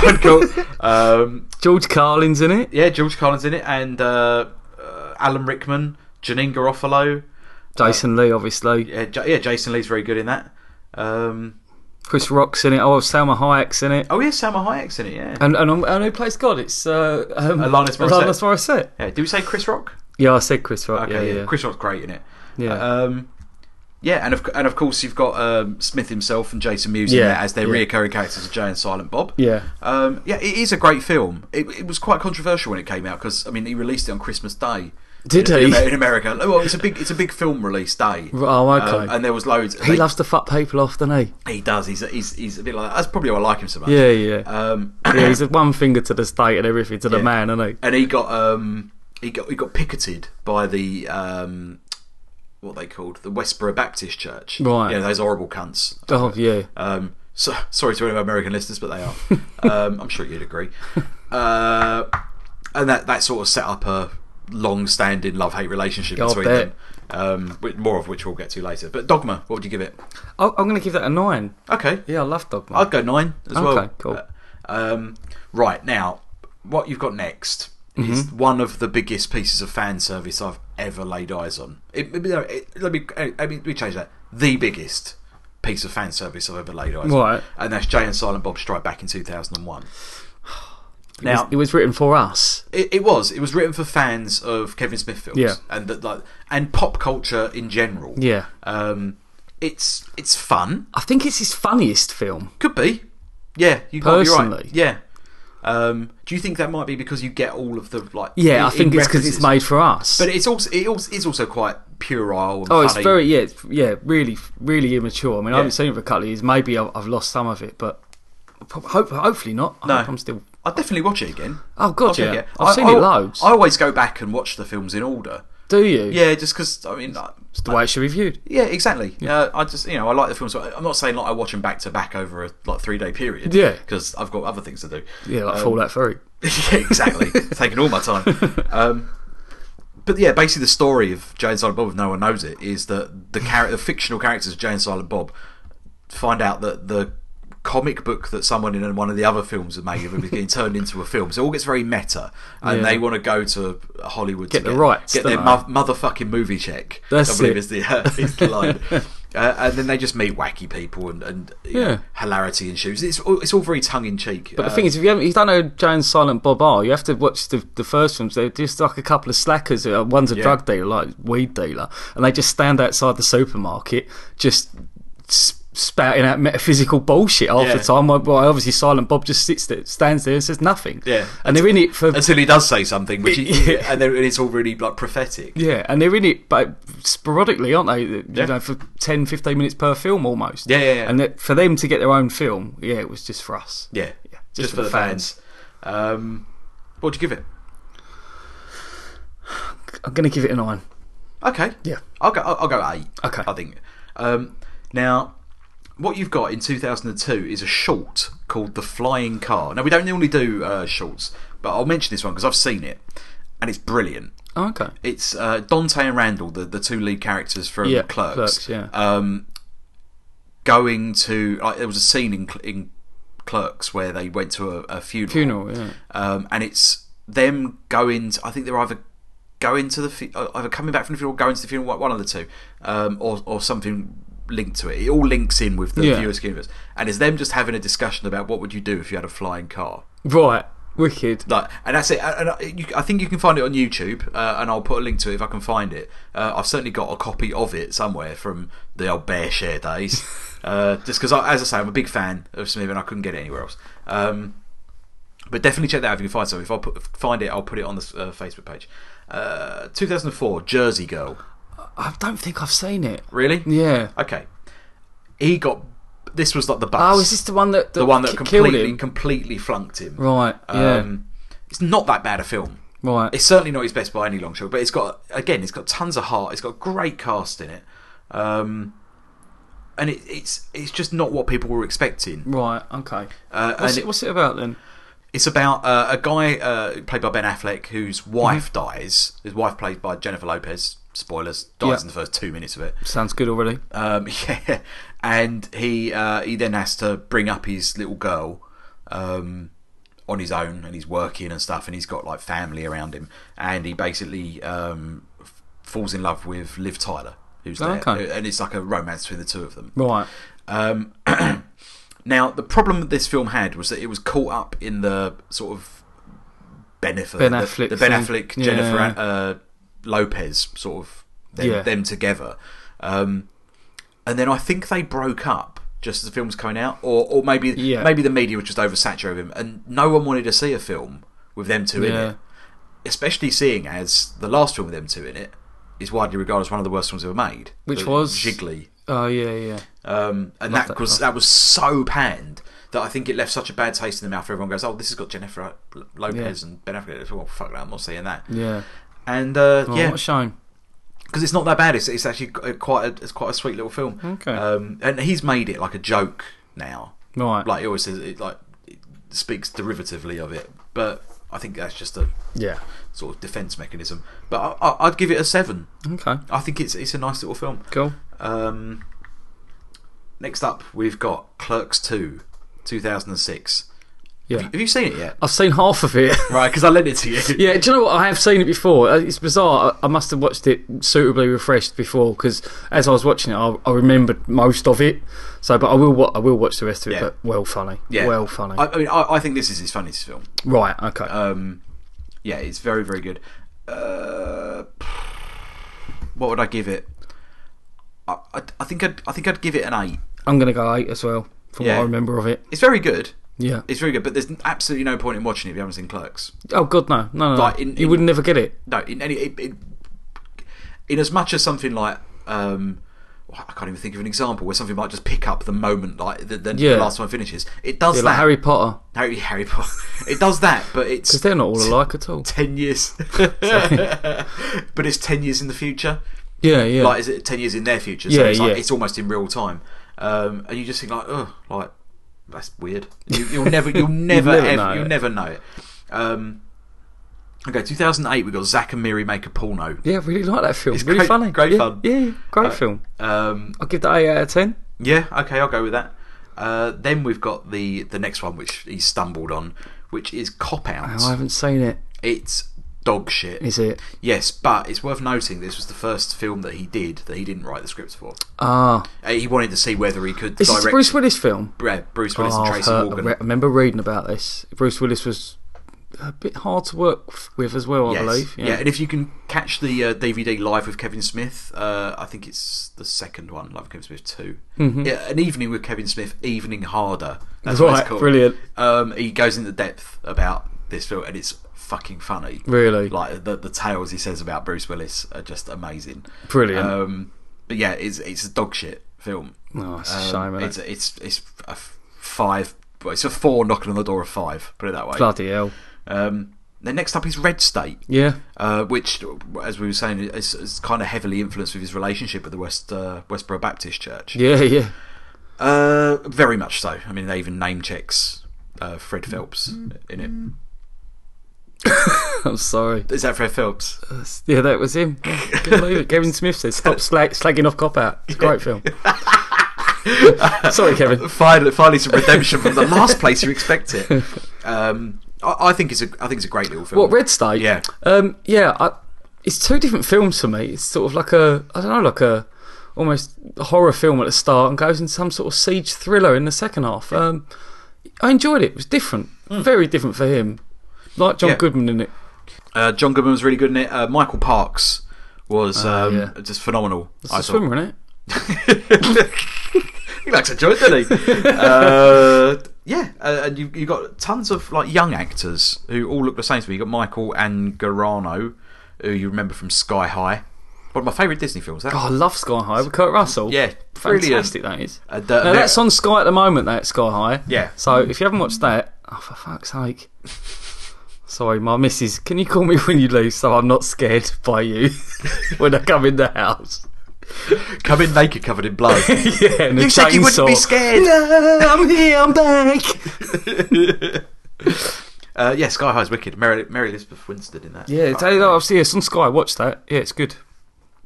Bud Col- um,
George Carlin's in it,
yeah, George Collins in it, and uh, uh, Alan Rickman, Janine Garofalo.
Jason Lee, obviously,
Yeah, J- yeah, Jason Lee's very good in that. Um,
Chris Rock's in it. Oh, Selma Hayek's in it.
oh yeah, Salma Hayek's in it. Yeah.
And, and and who plays God? It's uh, um,
Alanis Morissette.
Alanis Morissette.
yeah. Did we say Chris Rock?
Yeah, I said Chris Rock.
Okay,
yeah,
yeah,
yeah.
Chris Rock's great in it.
Yeah.
um, yeah, and of and of course you've got um, Smith himself and Jason Mewes in
Yeah,
there as their
yeah.
recurring characters of Jay and Silent Bob.
Yeah.
um, yeah, it is a great film. It, it was quite controversial when it came out because I mean he released it on Christmas Day.
Did
in,
he?
in Amer- in America? Well, it's a big it's a big film release day.
Oh, okay.
Um, and there was loads.
he
they-
loves to fuck people off, doesn't he?
He does. He's a, he's he's a bit like that. that's probably why I like him so much.
Yeah, yeah.
Um,
yeah, he's a one finger to the state and everything to the
Yeah.
man, isn't he?
and he got um he got he got picketed by the um what they called the Westboro Baptist Church.
Right.
You know, those horrible cunts.
Oh yeah,
Um so sorry to any of our American listeners, but they are. um I'm sure you'd agree. Uh and that that sort of set up a long standing love hate relationship
I'll
between
bet.
them. Um with- more of which we'll get to later. But Dogma, what would you give it?
I, I'm going to give that a nine.
Okay.
Yeah, I love Dogma.
I'd go nine as well.
Okay, cool.
Uh, um, right now, what you've got next is
Mm-hmm.
one of the biggest pieces of fan service I've ever laid eyes on. It, it- no, it- let me eh, let me let me change that. The biggest piece of fan service I've ever laid eyes
Right.
on, and that's Jay and Silent Bob Strike back in two thousand and one.
It was-
Now
it was written for us.
it, it was it was written for fans of Kevin Smith films
Yeah.
and that like and pop culture in general.
Yeah.
um, it's it's fun.
I think it's his funniest film.
Could be. Yeah, you might be
Personally.
right. Yeah. Um, do you think that might be because you get all of the like?
Yeah,
in-
I think
in
it's because it's
references?
made for us.
But it's also it also is also quite puerile. And
oh, it's
funny.
very yeah, it's, yeah, really, really immature. I mean, I
Yeah.
haven't seen it for a couple of years. Maybe I've, I've lost some of it, but pro- hope, hopefully not. I
No.
hope I'm still.
I'd definitely watch it again.
Oh god,
I'll
yeah,
check it.
I've
I-
seen
I-
it loads.
I always go back and watch the films in order.
Do you?
Yeah, just because I mean, I-
it's the way it should be viewed.
yeah, exactly. Uh, I just you know I like the films. so I'm not saying like I watch them back to back over a like three day period.
Yeah.
because I've got other things to do.
Yeah, like
Um,
Fallout Three.
yeah, exactly. It's taking all my time. Um, but yeah, basically the story of Jay and Silent Bob, if no one knows it, is that the char- the fictional characters of Jay and Silent Bob find out that the comic book that someone in one of the other films had made of them is getting turned into a film. So it all gets very meta, and
Yeah.
they want to go to Hollywood
Get
to
the rights,
get their
don't
mo- motherfucking movie check.
That's
I believe
it.
is the, uh, is the line. Uh, and then they just meet wacky people and, and you know,
Yeah.
hilarity ensues. It's all, it's all very tongue in cheek.
But the thing is, if you haven't, if you don't know Jay and Silent Bob are, you have to watch the, the first films. They're just like a couple of slackers. Uh, One's a
Yeah.
drug dealer, like weed dealer, and they just stand outside the supermarket, just s- spouting out metaphysical bullshit half
Yeah.
the time. Well, obviously, Silent Bob just sits there, stands there, and says nothing.
Yeah.
and they're in it for
until he does say something, which he,
Yeah.
and then it's all really like prophetic.
yeah, and they're in it, but sporadically, aren't they? You
Yeah.
know, for 10, 15 minutes per film almost.
Yeah, yeah, yeah.
And that, for them to get their own film, yeah, it was just for us.
Yeah, just, for the fans. Um, what do you give it?
I'm gonna give it a nine.
Okay,
Yeah.
I'll go. I'll, I'll go eight.
Okay.
I think. Um, now, what you've got in 2002 is a short called "The Flying Car." Now we don't normally do uh, shorts, but I'll mention this one because I've seen it, and it's brilliant.
Oh, okay.
It's uh, Dante and Randall, the, the two lead characters from
Yeah,
Clerks.
Clerks, yeah.
Um, going to like, there was a scene in Cl- in Clerks where they went to a, a funeral.
Funeral, yeah.
Um, and it's them going. To, I think they're either going to the fu- uh, either coming back from the funeral, going to the funeral, one- one of the two, um, or or something linked to it. It all links in with the
Yeah.
viewers' universe, and it's them just having a discussion about what would you do if you had a flying car.
Right. Wicked.
Like, and that's it. And I, you, I think you can find it on YouTube, uh, and I'll put a link to it if I can find it. Uh, I've certainly got a copy of it somewhere from the old Bear Share days, uh, just because, as I say, I'm a big fan of Smith, and I couldn't get it anywhere else. Um, but definitely check that out if you can find something. If I put, find it, I'll put it on the uh, Facebook page. Uh, 2004, Jersey Girl.
I don't think I've seen it.
Really?
Yeah.
Okay. He got. This was like the bus.
Oh, is this the one that, that
the one that
ki- killed
completely
him?
completely flunked him?
Right. Yeah.
Um, it's not that bad a film.
Right.
It's certainly not his best by any long shot, but it's got again, it's got tons of heart. It's got a great cast in it, um, and it, it's it's just not what people were expecting.
right. Okay.
Uh,
What's
and
it, what's it about then?
It's about uh, a guy uh, played by Ben Affleck whose wife
Mm-hmm.
dies. His wife, played by Jennifer Lopez. Spoilers dies
Yeah.
in the first two minutes of it.
Sounds good already.
Um, yeah, and he uh, he then has to bring up his little girl um, on his own, and he's working and stuff, and he's got like family around him, and he basically um, f- falls in love with Liv Tyler, who's there,
Okay.
and it's like a romance between the two of them.
Right.
Um, now, the problem that this film had was that it was caught up in the sort of benefit,
Ben
the-
Affleck
the, Ben
thing.
Affleck,
Yeah.
Jennifer uh, Lopez sort of them,
Yeah.
them together. Um, and then I think they broke up just as the film was coming out, or or maybe
Yeah.
maybe the media was just oversaturated with him, and no one wanted to see a film with them two in
Yeah.
it, especially seeing as the last film with them two in it is widely regarded as one of the worst films ever made,
Which
The
was-
Jiggly.
Oh yeah, yeah.
Um, and that,
Love that
was
stuff.
that was so panned that I think it left such a bad taste in the mouth. for Everyone goes, "Oh, this has got Jennifer L- Lopez
Yeah.
and Ben Affleck." Well, fuck that, I'm not seeing that.
Yeah.
And uh,
Oh,
yeah,
What a shame.
because it's not that bad. It's, it's actually qu- uh, quite a, it's quite a sweet little film.
Okay.
Um, and he's made it like a joke now.
Right.
Like he always says, it like it speaks derivatively of it. But I think that's just a
Yeah.
sort of defense mechanism. But I, I, I'd give it a seven.
Okay.
I think it's it's a nice little film.
Cool.
Um, next up, we've got Clerks 2, 2006.
Yeah.
Have you seen it yet?
I've seen half of it.
Right, because I lent it to you.
Yeah, do you know what? I have seen it before. Uh, It's bizarre. I I must have watched it suitably refreshed before because as I was watching it, I, I remembered most of it. So, but I will, wa- I will watch the rest of it.
Yeah.
But well, funny.
Yeah.
Well, funny.
I, I mean, I, I think this is his funniest film.
right. Okay.
Um, yeah, it's very, very good. Uh, what would I give it? I, I, I think I'd, I think I'd give it an eight.
I'm gonna go eight as well from
Yeah.
what I remember of it.
It's very good.
Yeah.
It's very good, but there's absolutely no point in watching it if you haven't seen Clerks.
oh God, no, no, no.
Like, in-
you
in-
would never get it.
no, in any it, it, in as much as something like um, well, I can't even think of an example where something might just pick up the moment like the, the, the
Yeah.
last one finishes. It does
Yeah,
that.
like Harry Potter.
Harry, Harry Potter. It does that, but it's
Because they're not all alike at all.
ten years. but it's ten years in the future.
Yeah, yeah.
Like is it ten years in their future? So
Yeah,
it's, like,
yeah.
it's almost in real time, um, and you just think like, oh, like that's weird. You, you'll never, you'll never,
never
ever,
know
you'll
it.
never know it. Um, okay, 2008. We got Zach and Miri make a porno.
yeah, really like that film.
It's
really
great-
funny.
great
yeah,
fun.
Yeah, yeah, great
Uh,
film.
Um,
I'll give that eight out of ten.
Yeah, okay, I'll go with that. Uh, then we've got the the next one, which he stumbled on, which is cop out.
Oh, I haven't seen it.
It's dog shit.
Is it?
Yes, but it's worth noting this was the first film that he did that he didn't write the scripts for.
Ah,
Uh, he wanted to see whether he could
is this
direct
a Bruce Willis film?
Yeah, Bruce Willis
Oh,
and
I've
Tracy
heard- I
Morgan.
re- remember reading about this. Bruce Willis was a bit hard to work f- with as well, I
Yes.
believe.
Yeah. and if you can catch the uh, DVD live with Kevin Smith, uh, I think it's the second one, Live with Kevin Smith 2
Mm-hmm.
Yeah, an evening with Kevin Smith, evening harder. That's what
Right,
it's called.
brilliant.
Um, he goes into depth about this film, and it's fucking funny.
Really?
like the the tales he says about Bruce Willis are just amazing.
Brilliant.
Um, but yeah, it's it's a dog shit film.
Oh, it's a
Um,
shame, isn't
it's
it?
it's it's a f- five. well, It's a four knocking on the door of five. Put it that way.
Bloody hell.
Um, then next up is Red State,
Yeah.
uh, which, as we were saying, is, is kind of heavily influenced with his relationship with the West uh, Westboro Baptist Church.
Yeah, yeah.
Uh, very much so. I mean, they even name checks uh, Fred Phelps
Mm-hmm.
in it.
I'm sorry.
Is that Fred Phelps?
That's- Yeah, that was him. Yeah, couldn't believe it. Kevin Smith says, "Stop slag- slagging off cop out." It's a great film. sorry, Kevin.
finally, finally, some redemption from the last place you expect it. Um, I, I think it's a, I think it's a great little film.
What Red State?
Yeah.
Um, yeah. I, it's two different films for me. It's sort of like a I don't know, like a almost horror film at the start and goes into some sort of siege thriller in the second half. Um, I enjoyed it. It was different, very different for him. Like John
Hmm. Yeah.
Goodman in it.
Uh, John Goodman was really good in it. Uh, Michael Parks was um,
Ah, yeah.
just phenomenal.
It's
I
a
thought.
swimmer in it.
he likes a joint, doesn't he? uh, yeah, uh, and you you got tons of like young actors who all look the same to me. You got Michael and Garano, who you remember from Sky High, one of my favourite Disney films. That
Oh, I love Sky High with Kurt Russell.
Yeah,
fantastic
brilliant.
that is.
Uh, the-
now that's on Sky at the moment. That Sky High.
Yeah.
So if you haven't watched that, oh for fuck's sake, Sorry, my missus. Can you call me when you leave so I'm not scared by you when I come in the house?
Come in naked, covered in blood.
Yeah, and
you
a
said you wouldn't be
chainsaw.
scared.
No, I'm here. I'm back.
Uh, yeah, Sky High's wicked. Mary, Mary Elizabeth Winstead in that.
Yeah, it's,
Fuck,
oh, I've seen it's on Sky. Watch that. Yeah, it's good.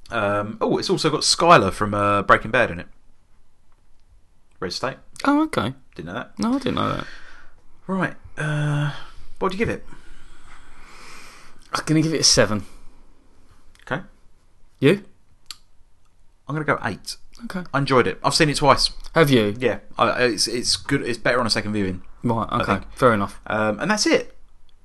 Um, oh, it's also got Skylar from uh, Breaking Bad in it. Red State.
Oh, okay.
Didn't know that.
No, I didn't know that.
Right. Uh, what do you give it?
I'm gonna give it a seven.
Okay.
You?
I'm going to go eight.
Okay.
I enjoyed it. I've seen it twice.
Have you?
Yeah, I, I- it's it's good. It's better on a second viewing.
Right. Okay.
think.
Fair enough.
Um, and that's it.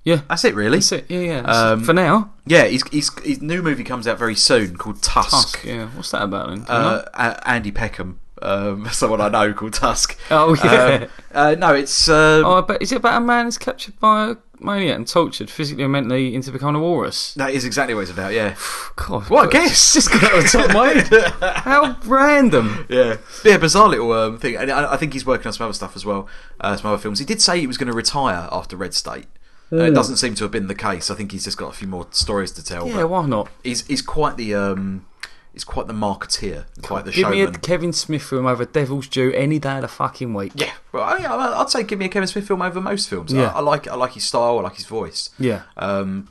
Yeah.
That's it, really.
That's it. Yeah, yeah. that's it.
Um,
For now.
Yeah, his, his, his new movie comes out very soon called Tusk.
Tusk. Yeah. Mm-hmm. What's that about then? Do you
Uh,
know?
A- Andy Peckham, um, someone I know called Tusk.
Oh, yeah.
Um, uh, no, it's uh,
Oh, I bet, is it about a man who's captured by a maniac and tortured physically and mentally into becoming a walrus?
that is exactly what it's about. Yeah.
God,
What a guess.
Just got out of the top of my head. How random.
Yeah, yeah, bizarre little um, thing, and I, I think he's working on some other stuff as well, uh, some other films. He did say he was going to retire after Red State. Uh,
Mm.
it doesn't seem to have been the case. I think he's just got a few more stories to tell.
Yeah,
but
why not?
he's he's quite the um, he's quite the marketeer, quite the
Give me a
showman.
Kevin Smith film over Devil's Due any day of the fucking week.
yeah, well, I, I- I'd say give me a Kevin Smith film over most films.
Yeah.
I, I like I like his style, I like his voice.
Yeah.
Um,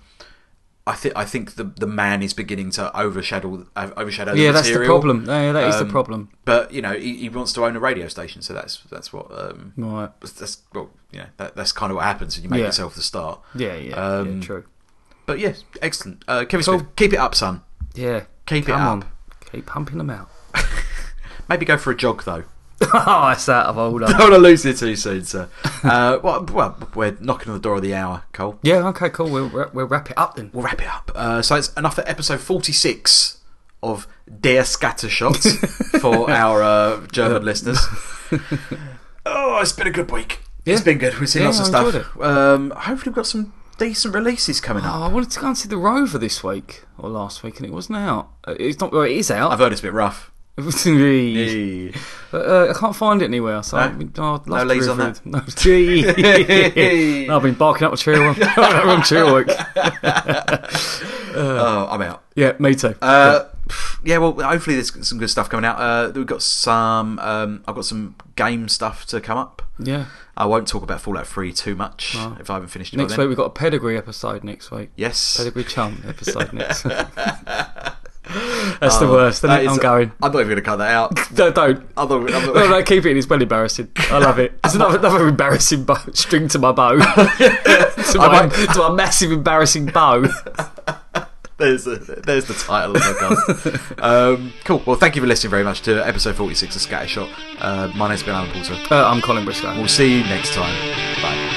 I think I think the the man is beginning to overshadow uh, overshadow.
Yeah,
the
that's the
material.
problem. Yeah, that is the
Um,
problem.
But you know, he, he wants to own a radio station, so that's that's what. Um,
Right.
that's- that's well, you know, that, that's kind of what happens when you make
Yeah.
yourself the star.
Yeah, yeah,
Um,
yeah, true.
But yes, excellent. Uh, Kevin
Cool.
Smith, keep it up, son.
Yeah.
keep it
Come
up.
on. Keep pumping them out.
Maybe go for a jog though.
oh, it's out of order.
Don't want to lose you too soon, sir. uh, well, well, we're knocking on the door of the hour, Cole.
yeah, okay, cool. We'll, wrap- we'll wrap it up then. Oh,
We'll wrap it up. Uh, so it's enough for episode forty-six of Dare Scattershot for our uh, German listeners. oh, it's been a good week. It's
Yeah.
been good. We've seen
Yeah,
lots of
I
stuff.
enjoyed
Um, hopefully, we've got some decent releases coming up.
Oh, I wanted to go and see The Rover this week, or last week, and it wasn't out. Uh, It's not, well, it is out.
I've heard it's a bit rough.
It was really- But, E uh, I can't find it anywhere, so I mean, oh, I'd love
No
to
leads
read
on
through it. No, gee. No, I've been barking up a tree all wrong work.
Oh, I'm out.
Yeah, me too.
Uh, pff, yeah, well, hopefully there's some good stuff coming out. Uh, we've got some. Um, I've got some game stuff to come up.
yeah.
I won't talk about Fallout 3 too much if I haven't finished it. by
Next
then.
week we've got a pedigree episode next week.
yes,
Pedigree chum episode next That's the worst, isn't
Oh, That
it? I'm
is-
going.
I'm not even going to cut that out.
No, don't.
I thought- I thought-
No, no, keep it. It's well embarrassing. I love it. It's another, another embarrassing bow, string to my bow. to, my,
might-
to my massive embarrassing bow.
there's the, there's the title of the podcast. um, cool. Well, thank you for listening very much to episode 46 of Scattershot. Uh, my name's Ben Alan Porter.
Uh, I'm Colin Briscoe.
We'll see you next time. Bye.